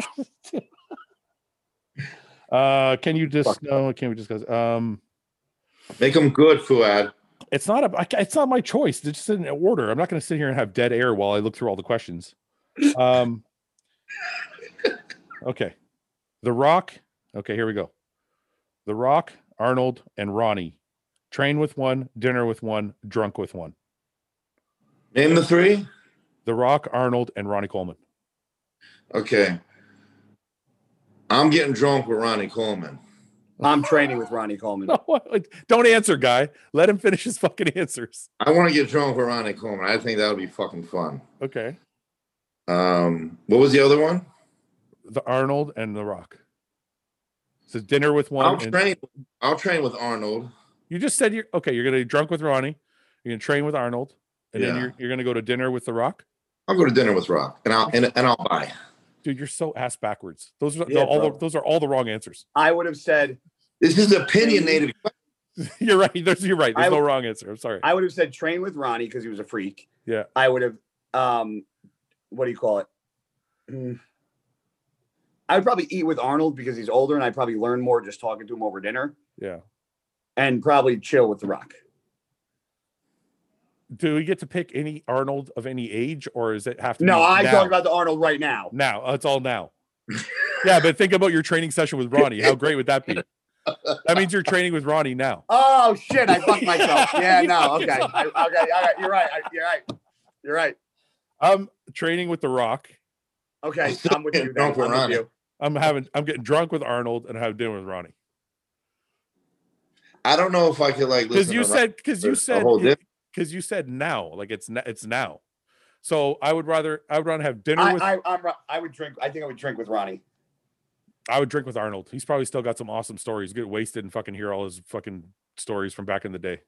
more. uh, can you just Fuck. no? Can we discuss? Um, Make them good, Fuad. it's not a. I ca- It's not my choice. It's just in order. I'm not going to sit here and have dead air while I look through all the questions. Um. okay, The Rock. Okay, here we go. The Rock, Arnold, and Ronnie. Train with one, dinner with one, drunk with one. Name the three. The Rock, Arnold, and Ronnie Coleman. Okay. I'm getting drunk with Ronnie Coleman. I'm training with Ronnie Coleman. No, like, don't answer, guy. Let him finish his fucking answers. I want to get drunk with Ronnie Coleman. I think that would be fucking fun. Okay. Um, what was the other one? The Arnold and The Rock. So dinner with I'll one. and- train. I'll train with Arnold. you just said you're okay. You're gonna be drunk with Ronnie. You're gonna train with Arnold, and then Yeah. you're you're gonna go to dinner with The Rock. I'll go to dinner with Rock, and I'll and, and I'll buy. Dude, you're so ass backwards. Those are Yeah, all the, bro. those are all the wrong answers. I would have said This is opinionated. you're right. There's you're right. There's I- no wrong answer. I'm sorry. I would have said train with Ronnie because he was a freak. Yeah. I would have um what do you call it? Mm. I would probably eat with Arnold because he's older and I'd probably learn more just talking to him over dinner yeah. and probably chill with the rock. Do we get to pick any Arnold of any age, or is it have to? No, be I now? talk about the Arnold right now. now. uh, It's all now. yeah, but think about your training session with Ronnie. How great would that be? That means you're training with Ronnie now. Oh shit, I fucked myself. Yeah, You no, fucked okay. yourself. I, okay, all right, you're right. I- you're right. You're right. I'm training with The Rock. Okay, I'm with you. Don't Then. I'm we're on with it. you. I'm having I'm getting drunk with Arnold and have dinner with Ronnie. I don't know if I could like Because listen. you to Ron- said because you there's a said whole diff- because you said now like it's na- it's now. So I would rather I would rather have dinner with I, I, I, I'm, ri- I would drink. I think I would drink with Ronnie. would drink with Arnold. He's probably still got some awesome stories. Get wasted and fucking hear all his fucking stories from back in the day.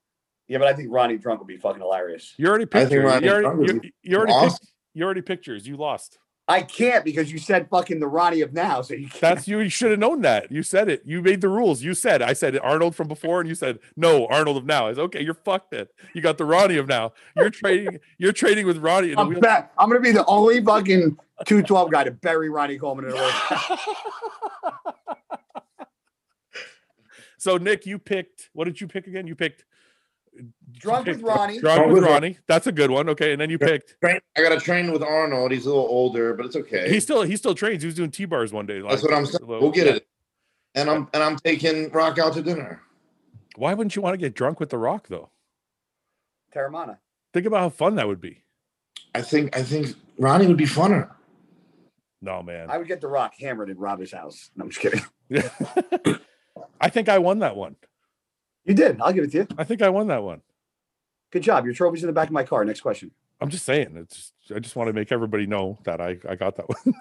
Yeah, but I think Ronnie drunk would be fucking hilarious. You already I think picked yours. Ronnie You already, Arnold you, would you already awesome. picked you already picked yours. You lost. I can't because you said fucking the Ronnie of now. So you can't. That's you. You should have known that. You said it. You made the rules. You said I said Arnold from before, and you said no Arnold of now. I said okay. You're fucked. It. You got the Ronnie of now. You're trading. You're trading with Ronnie. And I'm we- back. I'm gonna be the only fucking 212 guy to bury Ronnie Coleman in the world. so Nick, you picked. What did you pick again? You picked Drunk you with picked Dr- Ronnie. Drunk, Drunk with with Ron- Ronnie. That's a good one. Okay, and then you picked. Train- I got to train with Arnold. He's a little older, but it's okay. He still he still trains. He was doing T bars one day. That's what I'm saying. We'll get it. And I'm and I'm taking Rock out to dinner. Why wouldn't you want to get drunk with The Rock though? Terramana. Think about how fun that would be. I think I think Ronnie would be funner. No man. I would get the rock hammered in Robbie's house. No, I'm just kidding. I think I won that one. You did. I'll give it to you. I think I won that one. Good job. Your trophy's in the back of my car. Next question. I'm just saying. It's I just want to make everybody know that I I got that one.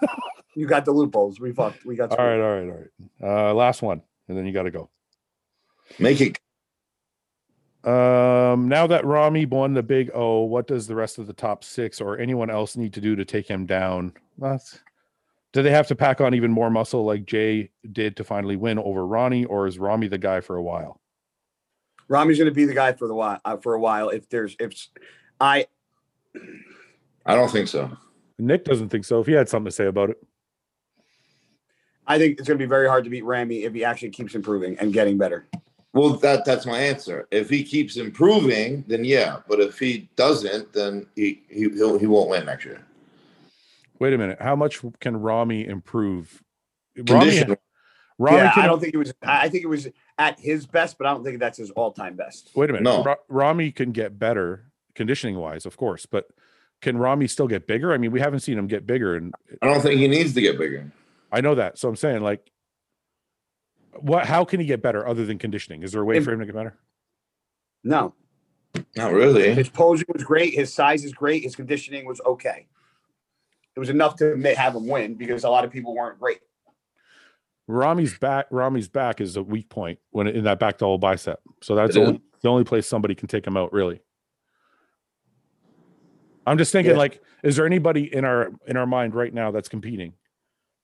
You got the loopholes. We fucked. We got. all right, all right, all right. Uh, last one, and then you got to go. Make it Um, now that Rami won the Big O, what does the rest of the top six or anyone else need to do to take him down? That's, do they have to pack on even more muscle like Jay did to finally win over Ronnie, or is Rami the guy for a while? Rami's going to be the guy for the while. Uh, for a while, if there's if s- I I don't think so. Nick doesn't think so. If he had something to say about it, I think it's going to be very hard to beat Rami if he actually keeps improving and getting better. Well, that that's my answer. If he keeps improving, then yeah. But if he doesn't, then he he he'll, he won't win next year. wait a minute. How much can Rami improve? Rami, Condition. Rami yeah, can, I don't think it was. I I think it was at his best, but I don't think that's his all time best. wait a minute. No. Ra- Rami can get better conditioning wise, of course, but can Rami still get bigger? I mean, we haven't seen him get bigger in I don't think he needs to get bigger. I know that. So I'm saying, like, what? How can he get better other than conditioning? Is there a way Im- for him to get better? No, Not really. his posing was great. His size is great. His conditioning was okay. It was enough to ma- have him win because a lot of people weren't great. Rami's back. Rami's back is a weak point when in that back double bicep. So that's It the only, the only place somebody can take him out, really. I'm just thinking, Yeah. like, is there anybody in our in our mind right now that's competing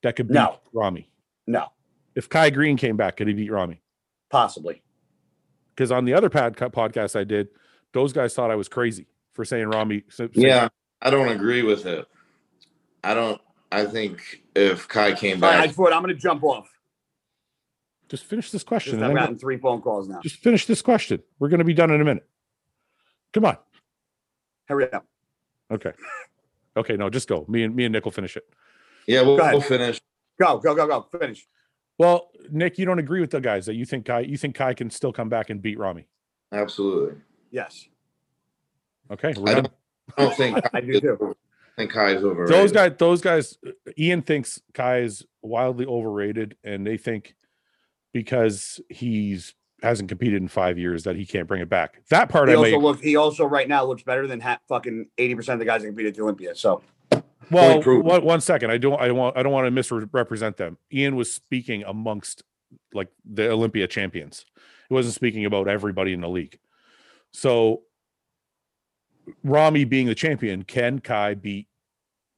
that could beat No. Rami? No, If Kai Green came back, could he beat Rami? possibly. Because on the other pad podcast I did, those guys thought I was crazy for saying Rami. so- saying Yeah, I don't agree with it. I don't. I think if Kai came All right, back, Ford, I'm going to jump off. Just finish this question. Just, and I've then gotten three phone calls now. Just finish this question. We're going to be done in a minute. Come on. Hurry up. Okay. Okay. No, just go. Me and me and Nick will finish it. yeah, we'll, Go ahead. we'll finish. Go, go, go, go. Finish. Well, Nick, you don't agree with the guys that you think Kai. You think Kai can still come back and beat Rami. Absolutely. Yes. Okay. we're I done. don't, I don't think I Kai do is too. over- I think Kai is overrated. Those guys. Those guys. uh, Ian thinks Kai is wildly overrated, and they think because he's hasn't competed in five years that he can't bring it back. That part He I also made. look. He also right now looks better than ha- fucking eighty percent of the guys that competed at the Olympia. So Well, proven. one, one second. I don't. I want. I don't want to misrepresent them. Ian was speaking amongst like the Olympia champions. He wasn't speaking about everybody in the league. So, Rami being the champion, can Kai beat?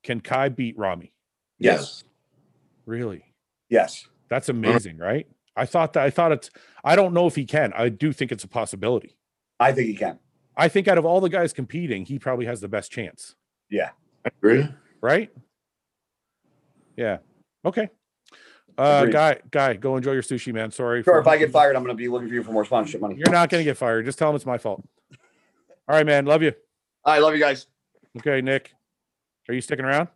Can Kai beat Rami? Yes. Really? yes, That's amazing, right? I thought that. I thought it's. I don't know if he can. I do think it's a possibility. I think he can. I think out of all the guys competing, he probably has the best chance. I agree. right? Yeah. Okay. Uh, Agreed. guy, guy, go enjoy your sushi, man. Sorry. Sure. for- If I get fired, I'm going to be looking for you for more sponsorship money. you're not gonna get fired. Just tell him it's my fault. All right, man. Love you. All right, love you guys. Okay, Nick, are you sticking around?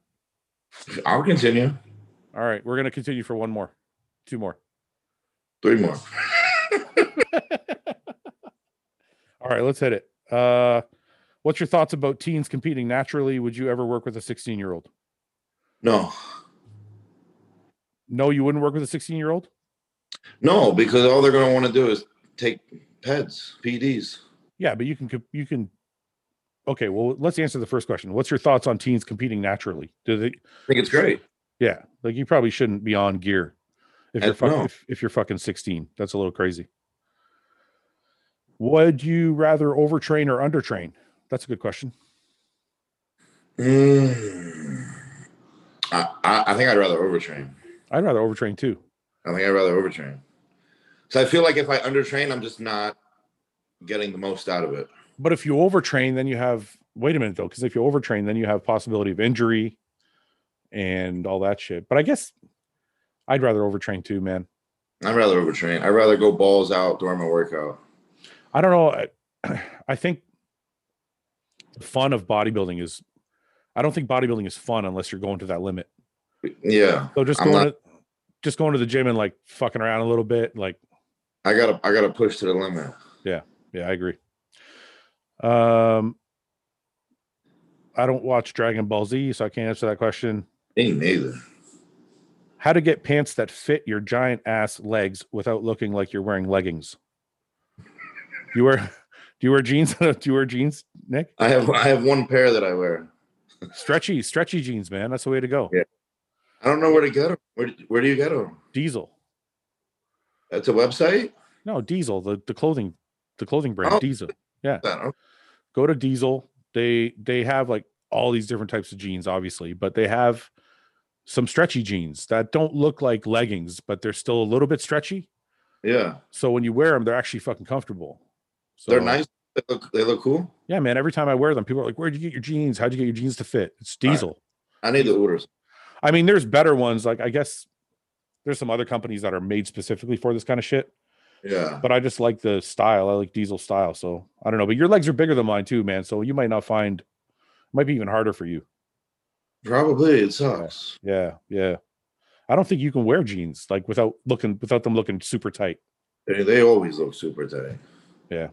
I'll continue. All right, we're gonna continue for one more, two more. Three more. All right, let's hit it. Uh, what's your thoughts about teens competing naturally? Would you ever work with a 16 year old? No. No, you wouldn't work with a 16 year old. No, because all they're going to want to do is take PEDs, PDs. Yeah, but you can co- you can. Okay, well, let's answer the first question. What's your thoughts on teens competing naturally? Do they I think it's great. Yeah, like you probably shouldn't be on gear if you're Heck no. fuck, if, if you're fucking 16. That's a little crazy. Would you rather overtrain or undertrain? That's a good question. Mm. I, I, I think I'd rather overtrain. I'd rather overtrain too. I think I'd rather overtrain. So I feel like if I undertrain, I'm just not getting the most out of it. But if you overtrain, then you have wait a minute though, because if you overtrain, then you have possibility of injury and all that shit. But I guess I'd rather overtrain too, man. I'd rather overtrain. I'd rather go balls out during my workout. I don't know. I, I think the fun of bodybuilding is I don't think bodybuilding is fun unless you're going to that limit. Yeah, So just I'm going not- to just going to the gym and like fucking around a little bit. Like, I gotta I gotta push to the limit. yeah, I agree. Um I don't watch Dragon Ball Z, so I can't answer that question. Me neither. How to get pants that fit your giant ass legs without looking like you're wearing leggings. You wear Do you wear jeans? do you wear jeans, Nick? I have I have one pair that I wear. Stretchy, stretchy jeans, man. That's the way to go. Yeah. I don't know where to get them. Where, where do you get them? Diesel. That's a website. No, Diesel. The the clothing, the clothing brand, Oh. Diesel. I don't know. go to diesel they they have like all these different types of jeans obviously but they have some stretchy jeans that don't look like leggings but they're still a little bit stretchy Yeah, so when you wear them they're actually fucking comfortable so they're nice. They look they look cool. yeah man every time i wear them people are like where'd you get your jeans how'd you get your jeans to fit it's Right. diesel I need the orders. i mean there's better ones like i guess there's some other companies that are made specifically for this kind of shit Yeah, but i just like the style i like diesel style so i don't know but your legs are bigger than mine too man so you might not find it might be even harder for you probably it sucks. Yeah, yeah. I don't think you can wear jeans like without looking without them looking super tight. They, they always look super tight. Yeah.